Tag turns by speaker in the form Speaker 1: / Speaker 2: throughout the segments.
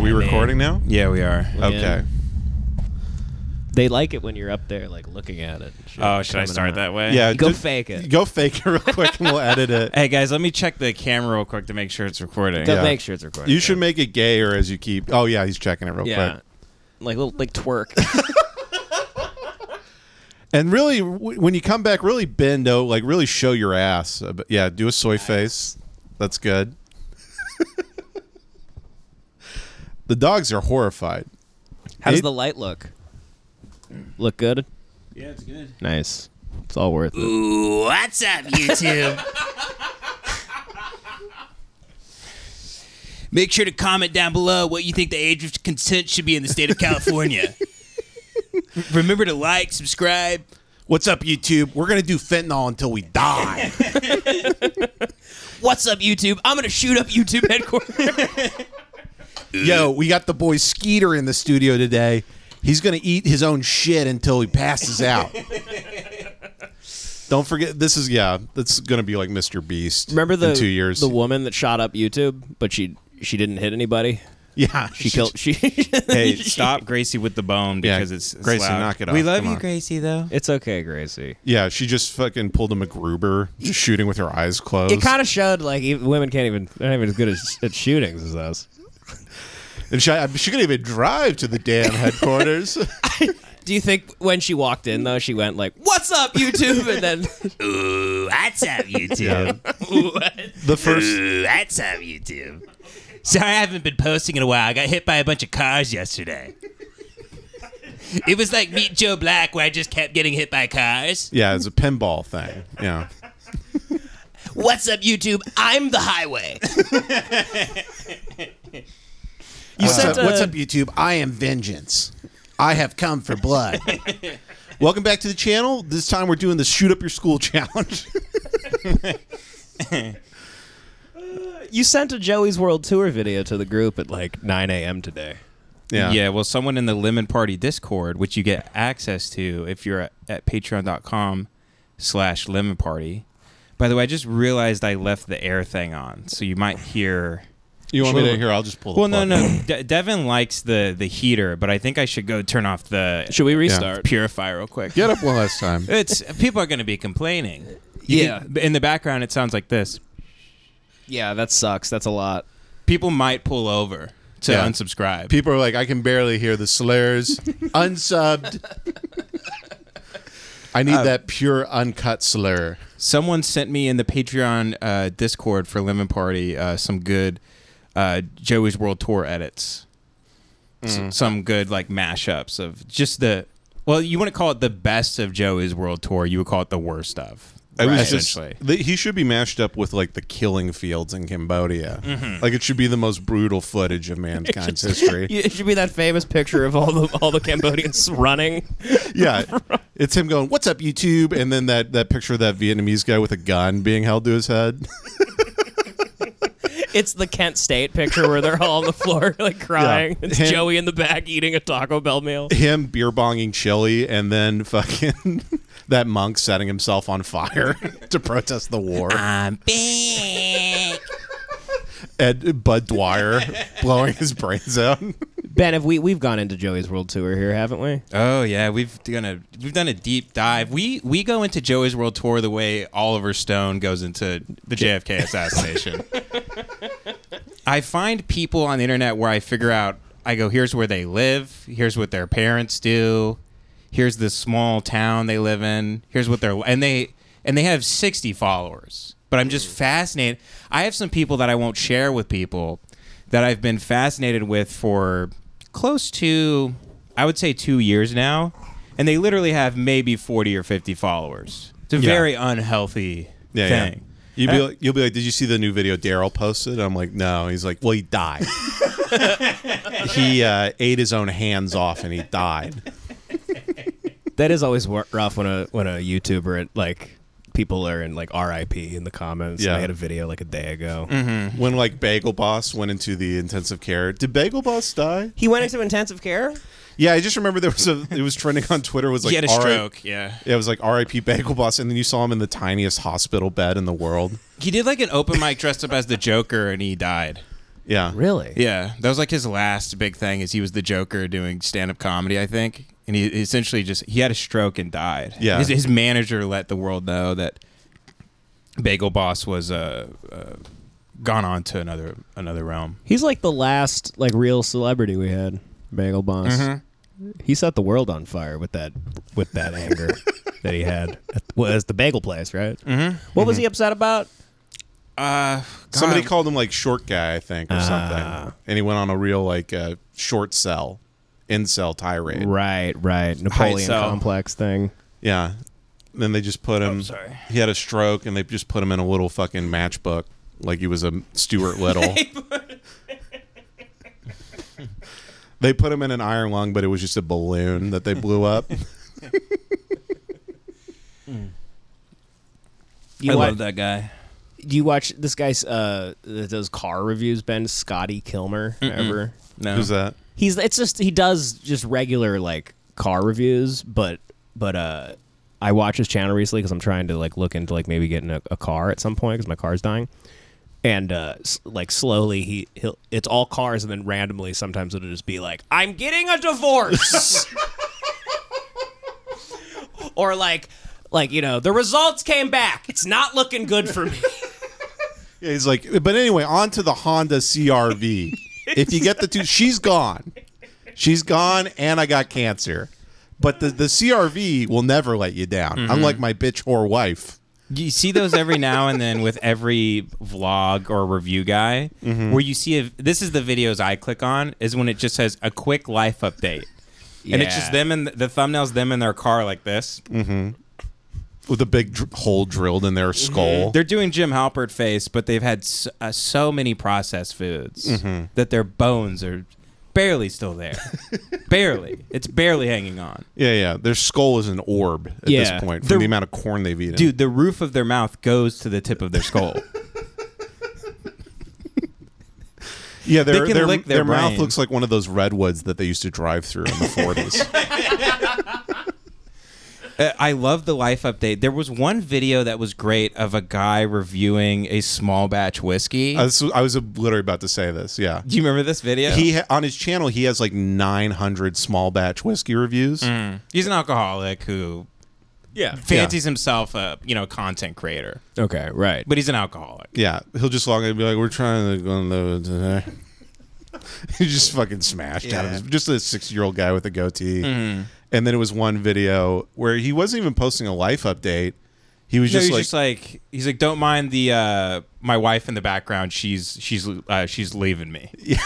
Speaker 1: we recording now?
Speaker 2: Yeah, we are.
Speaker 1: Okay.
Speaker 3: They like it when you're up there, like looking at it. and shit
Speaker 1: Uh,
Speaker 2: Oh, should I
Speaker 3: coming
Speaker 2: start
Speaker 3: out.
Speaker 2: that way?
Speaker 1: Yeah.
Speaker 3: Go
Speaker 1: just-
Speaker 3: fake it.
Speaker 1: Go fake it real quick, and we'll edit it.
Speaker 2: Hey guys, let me check the camera real quick to make sure it's recording.
Speaker 3: Go
Speaker 1: Yeah.
Speaker 3: make sure it's recorded.
Speaker 1: You should make it gayer as you keep. Oh yeah, he's checking it real
Speaker 3: Yeah.
Speaker 1: quick.
Speaker 3: Like little like twerk.
Speaker 1: And really, w- when you come back, really bend out, like really show your ass. Uh, but yeah, do a soy face. That's good. the dogs are horrified.
Speaker 3: How does
Speaker 1: It-
Speaker 3: the light look? Look good?
Speaker 2: Yeah, it's good.
Speaker 3: Nice. It's all worth it.
Speaker 4: What's up, YouTube? Make sure to comment down below what you think the age of consent should be in the state of California. Remember to like, subscribe.
Speaker 1: What's up, YouTube? We're gonna do fentanyl until we die.
Speaker 4: What's up, YouTube? I'm gonna shoot up YouTube headquarters.
Speaker 1: Yo, we got the boy Skeeter in the studio today. He's gonna eat his own shit until he passes out. Don't forget, this is yeah, that's gonna be like Mr. Beast.
Speaker 3: Remember the
Speaker 1: in two years?
Speaker 3: the woman that shot up YouTube, but she she didn't hit anybody.
Speaker 1: yeah,
Speaker 3: She killed she
Speaker 2: Hey, stop Gracie with the bone
Speaker 1: Yeah,
Speaker 2: because it's, it's
Speaker 1: Gracie,
Speaker 2: loud.
Speaker 1: knock it
Speaker 2: We
Speaker 1: off,
Speaker 2: love
Speaker 1: come
Speaker 2: you,
Speaker 1: on.
Speaker 2: Gracie, though.
Speaker 3: It's okay, Gracie.
Speaker 1: Yeah, she just fucking pulled a MacGruber, just shooting with her eyes closed.
Speaker 3: It kind of showed like even, women can't even they're not even as good as, at shootings as us.
Speaker 1: and she, she couldn't even drive to the damn headquarters.
Speaker 3: Do you think when she walked in though, she went like, "What's up, YouTube?" and then
Speaker 4: Ooh, what's up, YouTube? What?
Speaker 1: the first,
Speaker 4: Ooh, what's up, YouTube? Sorry, I haven't been posting in a while. I got hit by a bunch of cars yesterday. It was like Meet Joe Black, where I just kept getting hit by cars.
Speaker 1: yeah, it's a pinball thing. Yeah,
Speaker 4: What's up, YouTube? I'm the highway.
Speaker 1: you what's,
Speaker 3: sent a-
Speaker 1: YouTube? I am vengeance. I have come for blood. Welcome back to the channel. This time we're doing the shoot up your school challenge.
Speaker 3: you sent a Joey's World Tour video to the group at like 9 a.m. today.
Speaker 1: yeah,
Speaker 2: Yeah, well, someone in the Lemon Party Discord, which you get access to if you're at, at patreon.com slash lemon party. By the way, I just realized I left the air thing on, so you might hear...
Speaker 1: You want me to hear? I'll just pull.
Speaker 2: Well,
Speaker 1: the
Speaker 2: no,
Speaker 1: plug.
Speaker 2: no. De- Devin likes the, the heater, but I think I should go turn off the
Speaker 3: Should we restart?
Speaker 2: purify real quick.
Speaker 1: Get up one last time.
Speaker 2: It's people are going to be complaining.
Speaker 3: Yeah,
Speaker 2: In the background, it sounds like this.
Speaker 3: yeah, that sucks. That's a lot.
Speaker 2: People might pull over to
Speaker 1: Yeah.
Speaker 2: unsubscribe.
Speaker 1: People are like, I can barely hear the slurs. Unsubbed. I need that pure uncut slur.
Speaker 2: Someone sent me in the Patreon uh, Discord for Lemon Party uh, some good uh, Joey's World Tour edits. S- some good like mashups of just the. Well, you wouldn't call it the best of Joey's World Tour. You would call it the worst of.
Speaker 1: It was just
Speaker 2: essentially.
Speaker 1: th- he should be mashed up with like the killing fields in Cambodia. Like it should be the most brutal footage of mankind's history.
Speaker 3: It should be that famous picture of all the all the Cambodians running.
Speaker 1: Yeah, it's him going, "What's up, YouTube?" And then that that picture of that Vietnamese guy with a gun being held to his head.
Speaker 3: It's the Kent State picture where they're all on the floor like crying.
Speaker 1: Yeah.
Speaker 3: It's
Speaker 1: Him-
Speaker 3: Joey in the back eating a Taco Bell meal.
Speaker 1: him beer bonging chili, and then fucking that monk setting himself on fire to protest the war.
Speaker 4: I'm back.
Speaker 1: Ed Bud Dwyer blowing his brains out.
Speaker 3: Ben, have we we've gone into Joey's World Tour here, haven't we?
Speaker 2: Oh yeah, we've done a we've done a deep dive. We we go into Joey's World Tour the way Oliver Stone goes into the JFK assassination. I find people on the internet where I figure out I go here's where they live, here's what their parents do, here's the small town they live in, here's what they're and they and they have 60 followers. But I'm just fascinated. I have some people that I won't share with people that I've been fascinated with for close to I would say 2 years now and they literally have maybe 40 or 50 followers. It's a very unhealthy
Speaker 1: Yeah, yeah.
Speaker 2: thing.
Speaker 1: You'd be like, you'll be like, did you see the new video Daryl posted? I'm like, no. He's like, well, he died. he uh, ate his own hands off and he died.
Speaker 3: That is always wor- rough when a when a YouTuber like people are in like RIP in the comments.
Speaker 1: Yeah.
Speaker 3: I had a video like a day ago.
Speaker 2: Mm-hmm.
Speaker 1: When like Bagel Boss went into the intensive care, did Bagel Boss die?
Speaker 3: He went into intensive care.
Speaker 1: Yeah, I just remember there was a it was trending on Twitter. It was like
Speaker 2: He had a
Speaker 1: "R.I.-"
Speaker 2: stroke, yeah.
Speaker 1: Yeah, it was like R.I.P. Bagel Boss, and then you saw him in the tiniest hospital bed in the world.
Speaker 2: He did like an open mic dressed up as the Joker and he died.
Speaker 1: Yeah.
Speaker 3: Really?
Speaker 2: Yeah, that was like his last big thing. Is he was the Joker doing stand up comedy, I think, and he essentially just he had a stroke and died.
Speaker 1: Yeah.
Speaker 2: his, his manager let the world know that Bagel Boss was uh, uh gone on to another another realm.
Speaker 3: He's like the last like real celebrity we had, Bagel Boss.
Speaker 2: Mm-hmm.
Speaker 3: He set the world on fire with that with that anger that he had. At, well, it's the bagel place, right? Mm-hmm. What was he upset about?
Speaker 2: Uh,
Speaker 1: Somebody
Speaker 2: God,
Speaker 1: called him like short guy, I think, or
Speaker 3: Ah.
Speaker 1: something, and he went on a real like uh, short cell, incel tirade.
Speaker 3: Right, right. Napoleon
Speaker 2: so-
Speaker 3: complex thing.
Speaker 1: Yeah. Then they just put him.
Speaker 2: Oh, sorry.
Speaker 1: He had a stroke, and they just put him in a little fucking matchbook, like he was a Stuart Little. they put him in an iron lung, but it was just a balloon that they blew up.
Speaker 3: You
Speaker 2: I
Speaker 3: wa-
Speaker 2: love that guy.
Speaker 3: Do you watch this guy's uh that does car reviews, Ben Scotty Kilmer ever?
Speaker 2: No,
Speaker 1: Who's that?
Speaker 3: He's it's just he does just regular like car reviews, but but uh I watch his channel recently because I'm trying to like look into like maybe getting a, a car at some point because my car's dying. And uh, s- like slowly, he he'll, it's all cars, and then randomly, sometimes it'll just be like, "I'm getting a divorce," or like, like you know, the results came back. It's not looking good for me.
Speaker 1: Yeah, he's like, but anyway, on to the Honda CRV. if you get the two, she's gone. She's gone, and I got cancer. But the, the CRV will never let you down,
Speaker 2: Mm-hmm.
Speaker 1: unlike my bitch whore wife.
Speaker 2: you see those every now and then with every vlog or review guy where you see a, this is the videos i click on is when it just says a quick life update and it's just
Speaker 3: Yeah.
Speaker 2: them and the thumbnails them in their car like this
Speaker 1: With a big dr- hole drilled in their skull.
Speaker 2: Mm-hmm. they're doing jim halpert face but they've had s uh, so many processed foods that their bones are barely still there barely it's barely hanging on
Speaker 1: Yeah, yeah. Their skull is an orb at
Speaker 3: Yeah.
Speaker 1: this point from
Speaker 2: They're-
Speaker 1: the amount of corn they've eaten.
Speaker 2: dude the roof of their mouth goes to the tip of their skull
Speaker 1: yeah, their,
Speaker 2: can
Speaker 1: their,
Speaker 2: lick their
Speaker 1: their mouth
Speaker 2: brain.
Speaker 1: looks like one of those redwoods that they used to drive through in the 40s.
Speaker 2: Uh, I love the life update. There was one video that was great of a guy reviewing a small batch whiskey.
Speaker 1: I, was, I was literally about to say this. Yeah.
Speaker 2: Do you remember this video?
Speaker 1: He ha- on his channel, he has like 900 small batch whiskey reviews.
Speaker 2: he's an alcoholic who
Speaker 3: Yeah.
Speaker 2: fancies himself a you know content creator,
Speaker 3: Okay. Right.
Speaker 2: but he's an alcoholic.
Speaker 1: Yeah, he'll just log in and be like, "We're trying to go on the today." He just fucking smashed out of his, just a six-year-old guy with a goatee.
Speaker 2: Mm-hmm.
Speaker 1: And then it was one video where he wasn't even posting a life update. He was
Speaker 2: No, he's
Speaker 1: just like,
Speaker 2: just like he's like, don't mind the uh, my wife in the background. She's she's uh, she's leaving me.
Speaker 3: He,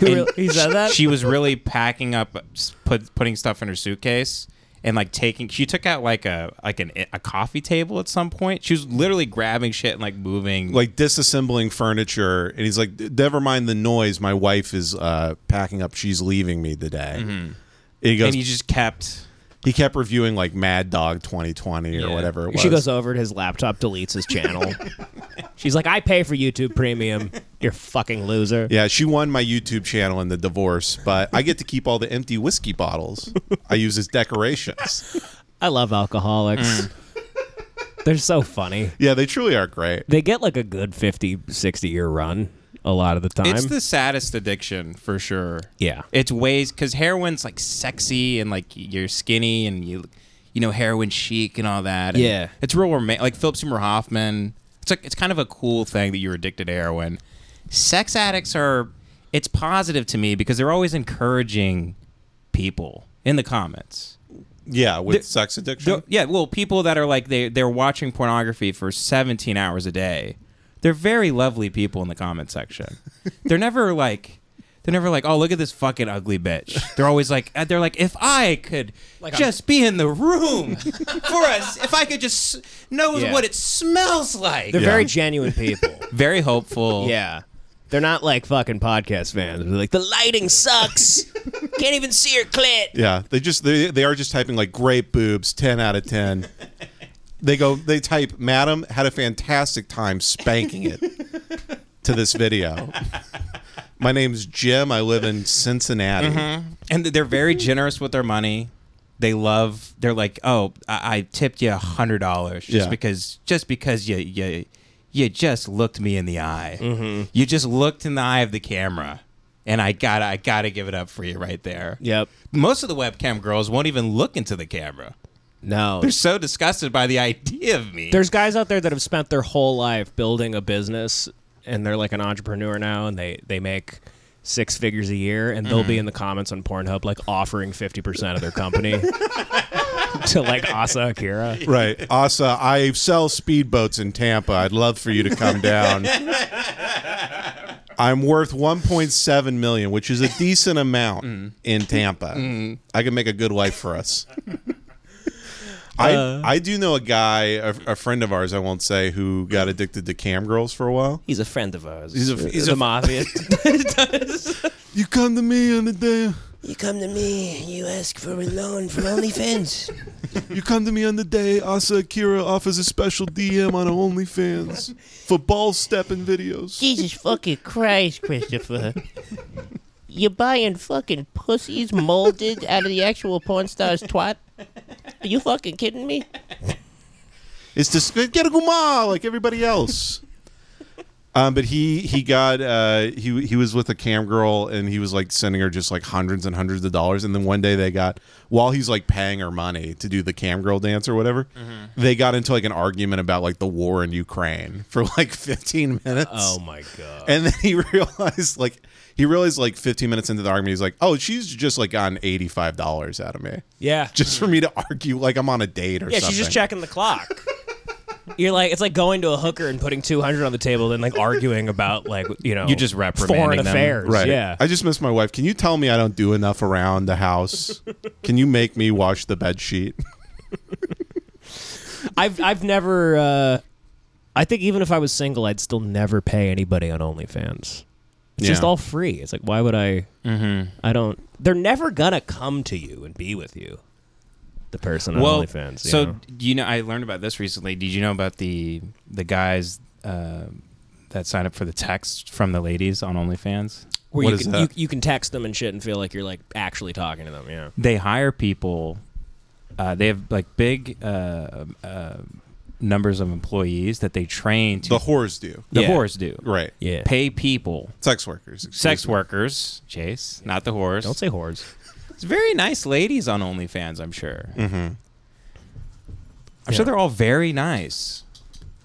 Speaker 3: really, he said that.
Speaker 2: she was really packing up, s- put putting stuff in her suitcase and like taking. She took out like a like an a coffee table at some point. She was literally grabbing shit and like moving.
Speaker 1: like disassembling furniture, and he's like, "Never mind the noise. My wife is uh, packing up. She's leaving me today." And he goes.
Speaker 2: Mm-hmm. and he just kept.
Speaker 1: he kept reviewing like Mad Dog 2020 or
Speaker 2: Yeah.
Speaker 1: whatever it was.
Speaker 3: She goes over to his laptop, deletes his channel. She's like, I pay for YouTube Premium. You're a fucking loser.
Speaker 1: Yeah, she won my YouTube channel in the divorce, but I get to keep all the empty whiskey bottles I use as decorations.
Speaker 3: I love alcoholics.
Speaker 1: Mm.
Speaker 3: They're so funny.
Speaker 1: Yeah, they truly are great.
Speaker 3: They get like a good 50, 60 year run a lot of the time.
Speaker 2: It's the saddest addiction for sure.
Speaker 3: Yeah.
Speaker 2: it's ways because heroin's like sexy and like you're skinny and you, you know, heroin chic and all that. And
Speaker 3: Yeah.
Speaker 2: it's real romantic. Like Philip Seymour Hoffman. It's like it's kind of a cool thing that you're addicted to heroin. Sex addicts are. It's positive to me because they're always encouraging people in the comments.
Speaker 1: Yeah, with
Speaker 2: The-
Speaker 1: sex addiction.
Speaker 2: They're- yeah, well, people that are like they they're watching pornography for 17 hours a day. They're very lovely people in the comment section. They're never like they're never like, "Oh, look at this fucking ugly bitch." They're always like uh, they're like, "If I could just be in the room for us, if I could just s- know
Speaker 3: Yeah.
Speaker 2: what it smells like."
Speaker 3: They're
Speaker 1: Yeah.
Speaker 3: very genuine people.
Speaker 2: very hopeful.
Speaker 3: yeah. They're not like fucking podcast fans. They're like, the lighting sucks. Can't even see your clit.
Speaker 1: yeah, they just they, they are just typing like great boobs, 10 out of 10. They go they type, "Madam had a fantastic time spanking it." to this video. My name's Jim. I live in Cincinnati.
Speaker 2: and they're very generous with their money. They love. They're like, oh, I, I tipped you a hundred dollars just
Speaker 1: Yeah.
Speaker 2: because just because you you you just looked me in the eye. You just looked in the eye of the camera, and I gotta I gotta give it up for you right there.
Speaker 3: Yep.
Speaker 2: Most of the webcam girls won't even look into the camera.
Speaker 3: No.
Speaker 2: They're
Speaker 3: There's,
Speaker 2: so disgusted by the idea of me.
Speaker 3: guys out there that have spent their whole life building a business and they're like an entrepreneur now and they they make six figures a year and they'll
Speaker 1: Mm-hmm.
Speaker 3: be in the comments on Pornhub like offering 50% of their company to like Asa Akira.
Speaker 1: Right. Asa, I sell speedboats in Tampa. I'd love for you to come down. I'm worth 1.7 million, which is a decent amount in Tampa. I can make a good life for us. I I do know a guy, a, a friend of ours, I won't say, who got addicted to cam girls for a while.
Speaker 3: He's a friend of ours.
Speaker 1: He's a- he's a-
Speaker 3: mafia.
Speaker 1: You come to me on the day.
Speaker 5: You come to me, you ask for a loan from OnlyFans.
Speaker 1: You come to me on the day Asa Akira offers a special DM on OnlyFans for ball stepping videos.
Speaker 5: Jesus fucking Christ, Christopher. You buying fucking pussies molded out of the actual porn star's twat? Are you fucking kidding me?
Speaker 1: It's just get a guma like everybody else. Um, but he he got uh, he he was with a cam girl and he was like sending her just like hundreds and hundreds of dollars and then one day they got while he's like paying her money to do the cam girl dance or whatever
Speaker 3: Mm-hmm.
Speaker 1: they got into like an argument about like the war in Ukraine for like 15 minutes
Speaker 3: oh my god.
Speaker 1: and then he realized like he realized like 15 minutes into the argument he's like oh she's just like gotten 85 dollars out of me
Speaker 3: Yeah.
Speaker 1: just for me to argue like I'm on a date or
Speaker 3: Yeah,
Speaker 1: something
Speaker 3: she's just checking the clock. You're like it's like going to a hooker and putting 200 on the table and like arguing about like you know
Speaker 2: You're just reprimanding
Speaker 3: foreign
Speaker 2: them.
Speaker 3: affairs.
Speaker 1: Right.
Speaker 3: Yeah.
Speaker 1: I just miss my wife. Can you tell me I don't do enough around the house? Can you make me wash the bed sheet?
Speaker 3: I've I've never. Uh, I think even if I was single, I'd still never pay anybody on OnlyFans. It's just
Speaker 1: Yeah.
Speaker 3: all free. It's like why would I? I don't. They're never gonna come to you and be with you. The person on
Speaker 2: well,
Speaker 3: OnlyFans. you
Speaker 2: so
Speaker 3: know?
Speaker 2: do you know, I learned about this recently. Did you know about the the guys uh, that sign up for the text from the ladies on OnlyFans?
Speaker 3: where
Speaker 1: what
Speaker 3: you
Speaker 1: is
Speaker 3: can
Speaker 1: that?
Speaker 3: you, you can text them and shit and feel like you're like actually talking to them. Yeah.
Speaker 2: They hire people. Uh, they have like big uh, uh, numbers of employees that they train to.
Speaker 1: The whores do.
Speaker 2: the
Speaker 3: Yeah.
Speaker 2: whores do
Speaker 1: Right.
Speaker 3: Yeah.
Speaker 2: pay people,
Speaker 1: Sex workers. excuse
Speaker 2: sex
Speaker 1: me.
Speaker 2: workers. Chase, not the whores.
Speaker 3: Don't say whores.
Speaker 2: It's very nice ladies on OnlyFans, I'm sure. Mm-hmm. I'm sure they're all very nice.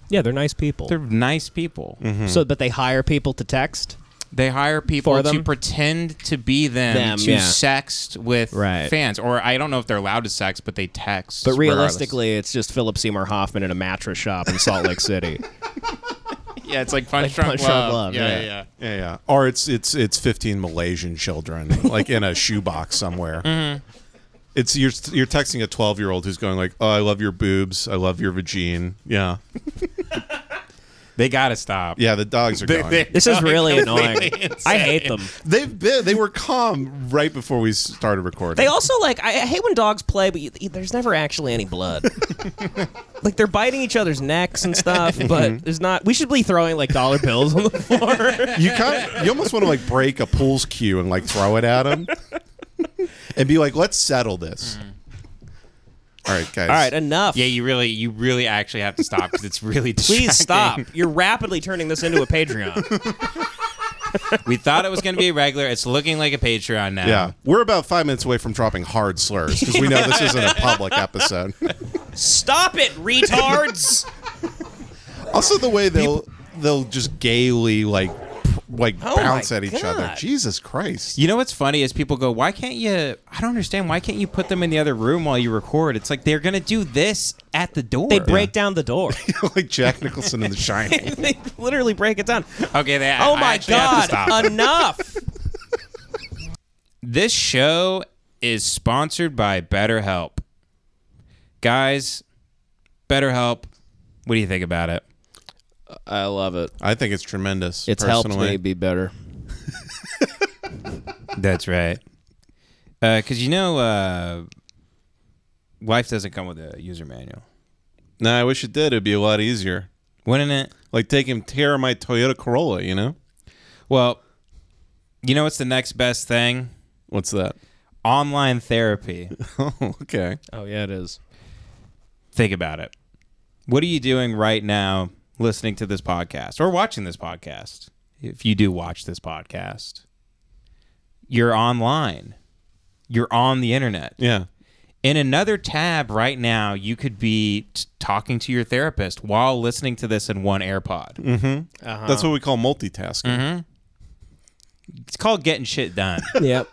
Speaker 3: Yeah, they're nice people.
Speaker 2: They're nice people.
Speaker 3: So, but they hire people to text.
Speaker 2: They hire people
Speaker 3: For
Speaker 2: to
Speaker 3: them?
Speaker 2: pretend to be them,
Speaker 3: Them,
Speaker 2: to
Speaker 3: yeah.
Speaker 2: sext with
Speaker 3: Right.
Speaker 2: fans, or I don't know if they're allowed to sext, but they text.
Speaker 3: But
Speaker 2: regardless.
Speaker 3: realistically, it's just Philip Seymour Hoffman in a mattress shop in Salt Lake City.
Speaker 2: yeah, it's like Punch
Speaker 3: Like
Speaker 2: Drunk
Speaker 3: Punch Drunk
Speaker 2: Love.
Speaker 3: Love,
Speaker 2: Yeah,
Speaker 3: yeah.
Speaker 2: yeah, yeah.
Speaker 1: Yeah, yeah. Or it's it's it's 15 Malaysian children like in a shoebox somewhere. It's you're you're texting a 12 year old who's going like, "Oh, I love your boobs. I love your vagine." Yeah.
Speaker 2: They gotta stop.
Speaker 1: Yeah. The dogs are gone. They,
Speaker 3: This is really annoying. I hate them.
Speaker 1: have been they were calm right before we started recording.
Speaker 3: They also like I, I hate when dogs play, but you, you- there's never actually any blood. like they're biting each other's necks and stuff,
Speaker 2: Mm-hmm.
Speaker 3: but there's not. We should be throwing like dollar bills on the floor.
Speaker 1: You kind of, you almost want to like break a pool's cue and like throw it at him, and be like, "Let's settle this." All right, guys.
Speaker 3: All right, enough.
Speaker 2: Yeah, you really, you really actually have to stop because it's really distracting.
Speaker 3: Please stop. You're rapidly turning this into a Patreon.
Speaker 2: We thought it was going to be regular. It's looking like a Patreon now.
Speaker 1: yeah, we're about five minutes away from dropping hard slurs because we know this isn't a public episode.
Speaker 3: stop it, retards.
Speaker 1: Also, the way they'll they'll just gaily like p- like
Speaker 3: my
Speaker 1: bounce at each other.
Speaker 3: God.
Speaker 1: Jesus Christ!
Speaker 2: You know what's funny is people go, why can't you? I don't understand. Why can't you put them in the other room while you record? It's like they're gonna do this at the door.
Speaker 3: they break down the door.
Speaker 1: like Jack Nicholson in The Shining.
Speaker 3: they literally break it down.
Speaker 2: Okay, they,
Speaker 3: Oh
Speaker 2: I
Speaker 3: my
Speaker 2: actually have to
Speaker 3: god!
Speaker 2: stop.
Speaker 3: Enough.
Speaker 2: this show is sponsored by BetterHelp. Guys, BetterHelp. What do you think about it?
Speaker 6: I love it.
Speaker 1: I think it's tremendous.
Speaker 6: It's helped me
Speaker 1: personally.
Speaker 6: be better.
Speaker 2: That's right. Because you know, uh, life doesn't come with a user manual,
Speaker 1: No, I wish it did. It'd be a lot easier.
Speaker 2: wouldn't it?
Speaker 1: Like take him tear my Toyota Corolla. You know
Speaker 2: Well, you know what's the next best thing?
Speaker 1: what's that?
Speaker 2: Online therapy.
Speaker 1: Oh, okay.
Speaker 3: Oh yeah, it is.
Speaker 2: Think about it. What are you doing right now listening to this podcast or watching this podcast, if you do watch this podcast, you're online, you're on the internet.
Speaker 1: Yeah.
Speaker 2: In another tab right now, you could be t- talking to your therapist while listening to this in one AirPod.
Speaker 1: That's
Speaker 2: Uh-huh.
Speaker 1: what we call multitasking.
Speaker 2: It's called getting shit done.
Speaker 3: Yep.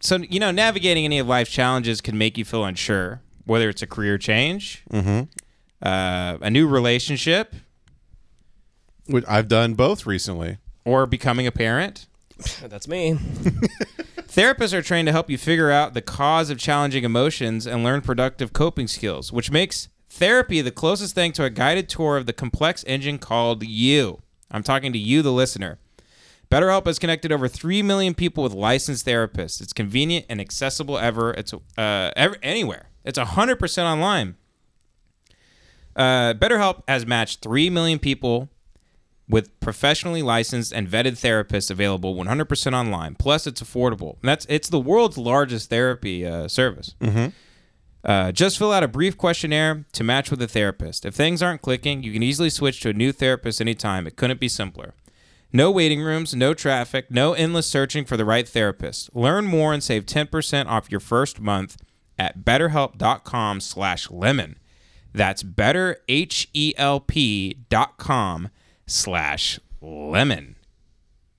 Speaker 2: so you know navigating any of life's challenges can make you feel unsure whether it's a career change uh, a new relationship Mm-hmm.
Speaker 1: Which I've done both recently.
Speaker 2: or becoming a parent
Speaker 3: That's me.
Speaker 2: therapists are trained to help you figure out the cause of challenging emotions and learn productive coping skills which makes therapy the closest thing to a guided tour of the complex engine called you i'm talking to you the listener BetterHelp has connected over 3 million people with licensed therapists. It's convenient and accessible ever. It's uh, ever, anywhere. It's 100% online. Uh, BetterHelp has matched 3 million people with professionally licensed and vetted therapists available 100% online. Plus, it's affordable. And that's it's the world's largest therapy uh, service. Uh, just fill out a brief questionnaire to match with a therapist. If things aren't clicking, you can easily switch to a new therapist anytime. It couldn't be simpler. No waiting rooms, no traffic, no endless searching for the right therapist. Learn more and save 10% off your first month at betterhelp.com slash lemon. That's betterhelp.com slash lemon.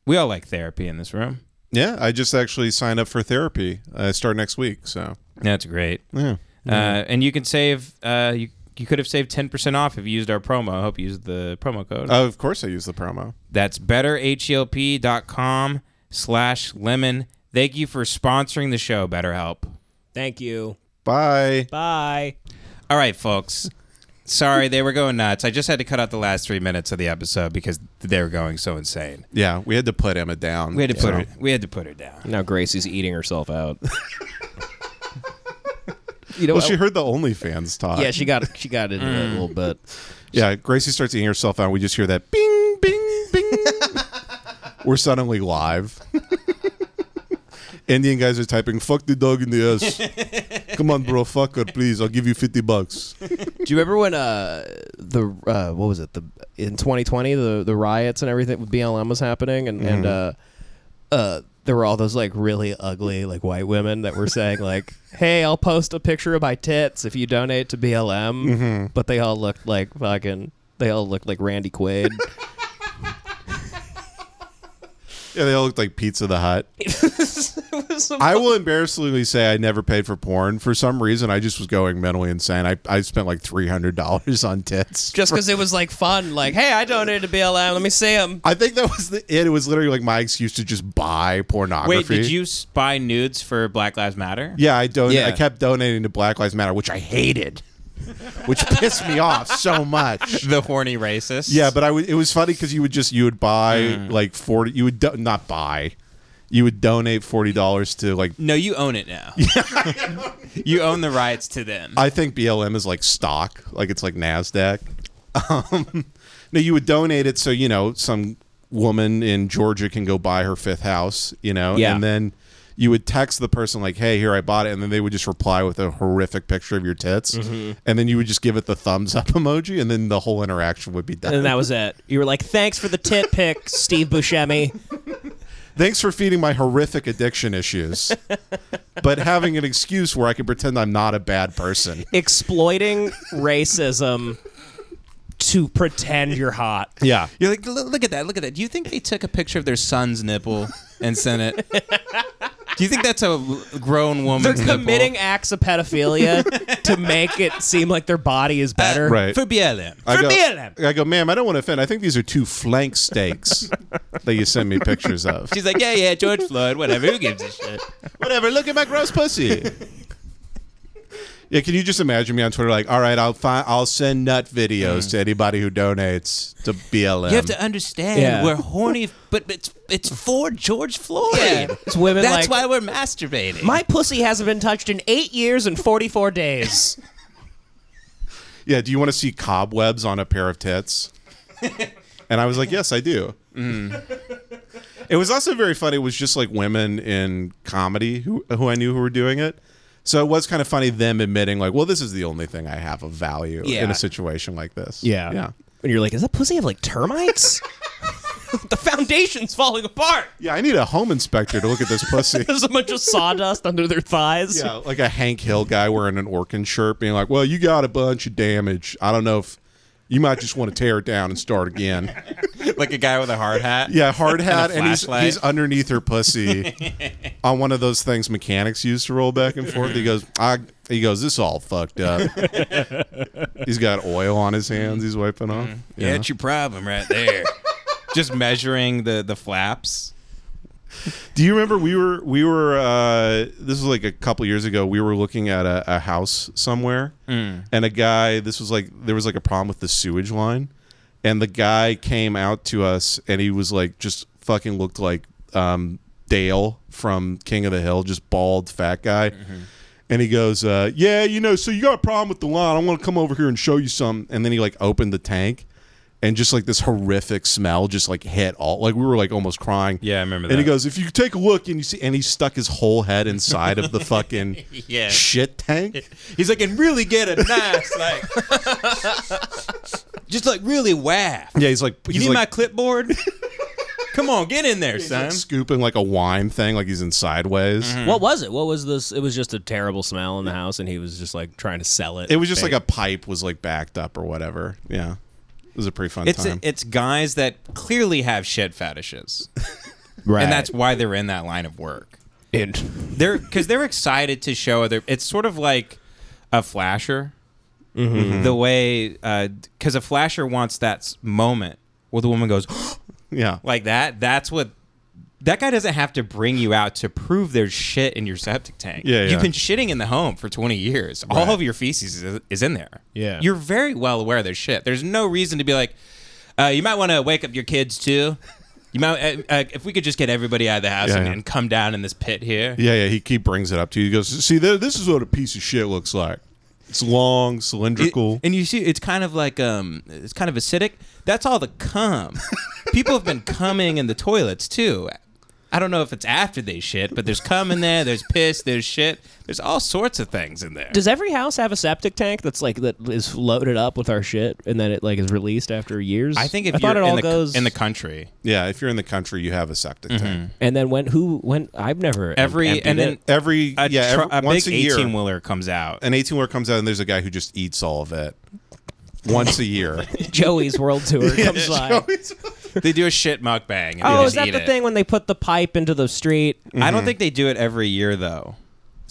Speaker 2: We all like therapy in this room.
Speaker 1: Yeah, I just actually signed up for therapy. I start next week, so
Speaker 2: That's great.
Speaker 1: yeah.
Speaker 2: Uh, and you can save, uh, you, you could have saved 10% off if you used our promo. I hope you used the promo code.
Speaker 1: Uh, of course, I use the promo.
Speaker 2: That's betterhelp.com slash lemon. Thank you for sponsoring the show, BetterHelp.
Speaker 3: Thank you.
Speaker 1: Bye.
Speaker 3: Bye.
Speaker 2: All right, folks. Sorry, they were going nuts. I just had to cut out the last three minutes of the episode because they were going so insane.
Speaker 1: Yeah, we had to put Emma down.
Speaker 2: We had to put
Speaker 1: so-
Speaker 2: her. We had to put her down.
Speaker 6: Now Gracie's eating herself out.
Speaker 3: You know
Speaker 1: Well,
Speaker 3: what?
Speaker 2: Oh.
Speaker 1: she heard Mm. the OnlyFans talk.
Speaker 6: yeah, she got she got into it a little bit.
Speaker 1: Yeah, Gracie starts eating herself out. We just hear that bing, bing, bing. We're suddenly live. Indian guys are typing, fuck the dog in the ass. Come on, bro, fuck her, please. I'll give you 50 bucks.
Speaker 6: Do you remember when uh the uh what was it the in 2020 the the riots and everything with BLM was happening and and
Speaker 1: Mm-hmm.
Speaker 6: uh uh there were all those like really ugly like white women that were saying like hey I'll post a picture of my tits if you donate to BLM
Speaker 1: Mm-hmm.
Speaker 6: but they all looked like fucking they all looked like Randy Quaid
Speaker 1: Yeah, they all looked like Pizza the Hut. I will embarrassingly say I never paid for porn. For some reason, I just was going mentally insane. I, I spent like $300 on tits.
Speaker 6: just because it was like fun like hey I donated to BLM let me see them
Speaker 1: I think that was the it. It was literally like my excuse to just buy pornography.
Speaker 2: Wait, did you spy nudes for Black Lives Matter?
Speaker 1: Yeah, I donated. I
Speaker 6: Yeah.
Speaker 1: kept donating to Black Lives Matter, which I hated, which pissed me off so much.
Speaker 2: The horny racist.
Speaker 1: Yeah, but I would. It was funny because you would just you would buy
Speaker 2: Mm.
Speaker 1: like forty. You would do, not buy. You would donate forty dollars to like.
Speaker 2: no, you own it now. you own the rights to them.
Speaker 1: I think BLM is like stock, like it's like Nasdaq. Um, no, you would donate it so you know some woman in Georgia can go buy her fifth house. You know,
Speaker 3: Yeah.
Speaker 1: and then. You would text the person like, "Hey, here I bought it," and then they would just reply with a horrific picture of your tits,
Speaker 3: Mm-hmm.
Speaker 1: and then you would just give it the thumbs up emoji, and then the whole interaction would be done.
Speaker 3: And that was it. You were like, thanks for the tit pic, Steve Buscemi.
Speaker 1: Thanks for feeding my horrific addiction issues, but having an excuse where I can pretend I'm not a bad person.
Speaker 3: Exploiting racism to pretend you're hot.
Speaker 1: Yeah.
Speaker 2: You're like, "Look- look at that, look at that. Do you think they took a picture of their son's nipple and sent it? Do you think that's a grown
Speaker 3: They're
Speaker 2: woman's nipple?
Speaker 3: committing acts of pedophilia to make it seem like their body is better.
Speaker 1: Right.
Speaker 2: for BLM.
Speaker 1: I go,
Speaker 3: BLM.
Speaker 1: I go, ma'am, I don't want to offend. I think these are two flank steaks that you send me pictures of.
Speaker 2: She's like, yeah, yeah, George Floyd, whatever. Who gives a
Speaker 3: Um,
Speaker 2: shit?
Speaker 1: Whatever, look at my gross pussy. Yeah, can you just imagine me on Twitter like, all right, I'll find, I'll send nut videos to anybody who donates Mm. to BLM.
Speaker 4: You have to understand
Speaker 3: Yeah.
Speaker 4: we're horny, but it's it's for George Floyd.
Speaker 3: It's women
Speaker 4: That's
Speaker 3: like,
Speaker 4: why we're masturbating.
Speaker 3: my pussy hasn't been touched in eight years and 44 days.
Speaker 1: yeah, do you want to see cobwebs on a pair of tits? and I was like, yes, I do. It was also very funny. It was just like women in comedy who who I knew who were doing it. So it was kind of funny them admitting like, well, this is the only thing I have of value in
Speaker 2: Yeah.
Speaker 1: a situation like this.
Speaker 3: Yeah.
Speaker 1: Yeah.
Speaker 3: And you're like, does that pussy have like termites? the foundation's falling apart.
Speaker 1: Yeah, I need a home inspector to look at this pussy.
Speaker 3: There's a bunch of sawdust under their thighs.
Speaker 1: Yeah, like a Hank Hill guy wearing an Orkin shirt, being like, "Well, you got a bunch of damage. I don't know if you might just want to tear it down and start again."
Speaker 2: like a guy with a hard hat.
Speaker 1: Yeah, hard hat,
Speaker 2: a
Speaker 1: and, he's,
Speaker 2: flashlight.
Speaker 1: he's underneath her pussy on one of those things mechanics use to roll back and forth. He goes, "I." He goes, "This all fucked up." he's got oil on his hands. He's wiping off.
Speaker 2: Mm-hmm. Yeah, it's your problem right there. Just measuring the the flaps.
Speaker 1: Do you remember we were we were uh, this was like a couple years ago we were looking at a, a house somewhere
Speaker 2: Mm.
Speaker 1: and a guy this was like there was like a problem with the sewage line and the guy came out to us and he was like just fucking looked like um, Dale from King of the Hill just bald fat guy
Speaker 2: Mm-hmm.
Speaker 1: and he goes uh, yeah you know so you got a problem with the line I want to come over here and show you some and then he like opened the tank. And just like this horrific smell, just like hit all like we were like almost crying.
Speaker 2: Yeah, I remember
Speaker 1: And he
Speaker 2: that.
Speaker 1: goes, if you take a look and you see, and he stuck his whole head inside of the fucking
Speaker 2: Yeah.
Speaker 1: shit tank.
Speaker 2: He's like, and really get a nice like, just like really whack.
Speaker 1: Yeah, he's like,
Speaker 2: You
Speaker 1: he's
Speaker 2: need my
Speaker 1: like,
Speaker 2: clipboard? Come on, get in there,
Speaker 1: he's
Speaker 2: son.
Speaker 1: like scooping like a wine thing, like he's in sideways.
Speaker 2: Mm-hmm.
Speaker 3: What was it? What was this? It was just a terrible smell in the house, and he was just like trying to sell it.
Speaker 1: It was just like a pipe was like backed up or whatever. Yeah, it was a pretty fun
Speaker 2: It's
Speaker 1: time.
Speaker 2: it's guys that clearly have shit fetishes,
Speaker 3: right.
Speaker 2: and that's why they're in that line of work.
Speaker 3: and
Speaker 2: They're because they're excited to show other. It's sort of like a flasher, the way because a flasher wants that s- moment where the woman goes
Speaker 1: yeah,
Speaker 2: like that. That's what that guy doesn't have to bring you out to prove there's shit in your septic tank.
Speaker 1: Yeah, yeah.
Speaker 2: you've been shitting in the home for 20 years. All of your feces is, is in there.
Speaker 3: Yeah.
Speaker 2: you're very well aware there's shit. There's no reason to be like, uh, you might want to wake up your kids too. You might uh, uh, if we could just get everybody out of the house
Speaker 1: Yeah,
Speaker 2: and,
Speaker 1: yeah.
Speaker 2: and come down in this pit here.
Speaker 1: yeah, yeah. He keep brings it up to you. He goes, see, there, this is what a piece of shit looks like. It's long,
Speaker 2: It-
Speaker 1: cylindrical.
Speaker 2: and you see, it's kind of like um, it's kind of acidic. That's all the cum. People have been cumming in the toilets too. I don't know if it's after they shit, but there's cum in there. There's piss. There's shit. There's all sorts of things in there.
Speaker 3: does every house have a septic tank that's like that is loaded up with our shit, and then it like is released after years?
Speaker 2: I think if
Speaker 3: I
Speaker 2: you're
Speaker 3: thought it
Speaker 2: in,
Speaker 3: all
Speaker 2: the,
Speaker 3: goes
Speaker 2: in the country,
Speaker 1: yeah, if you're in the country, you have a septic tank.
Speaker 3: and then when who when I've never
Speaker 2: every
Speaker 3: emptied
Speaker 2: Mm-hmm. and then
Speaker 3: it.
Speaker 1: Every
Speaker 2: a,
Speaker 1: yeah,
Speaker 2: tr-
Speaker 1: every,
Speaker 2: a
Speaker 1: once
Speaker 2: big
Speaker 1: a year,
Speaker 2: eighteen wheeler comes out.
Speaker 1: an eighteen wheeler comes out, and there's a guy who just eats all of it once a year.
Speaker 3: Joey's World Tour comes by.
Speaker 2: they do a shit mukbang. and
Speaker 3: Oh,
Speaker 2: they
Speaker 3: is
Speaker 2: just
Speaker 3: that
Speaker 2: eat
Speaker 3: the
Speaker 2: it.
Speaker 3: thing when they put the pipe into the street?
Speaker 2: I don't think they do it every year though.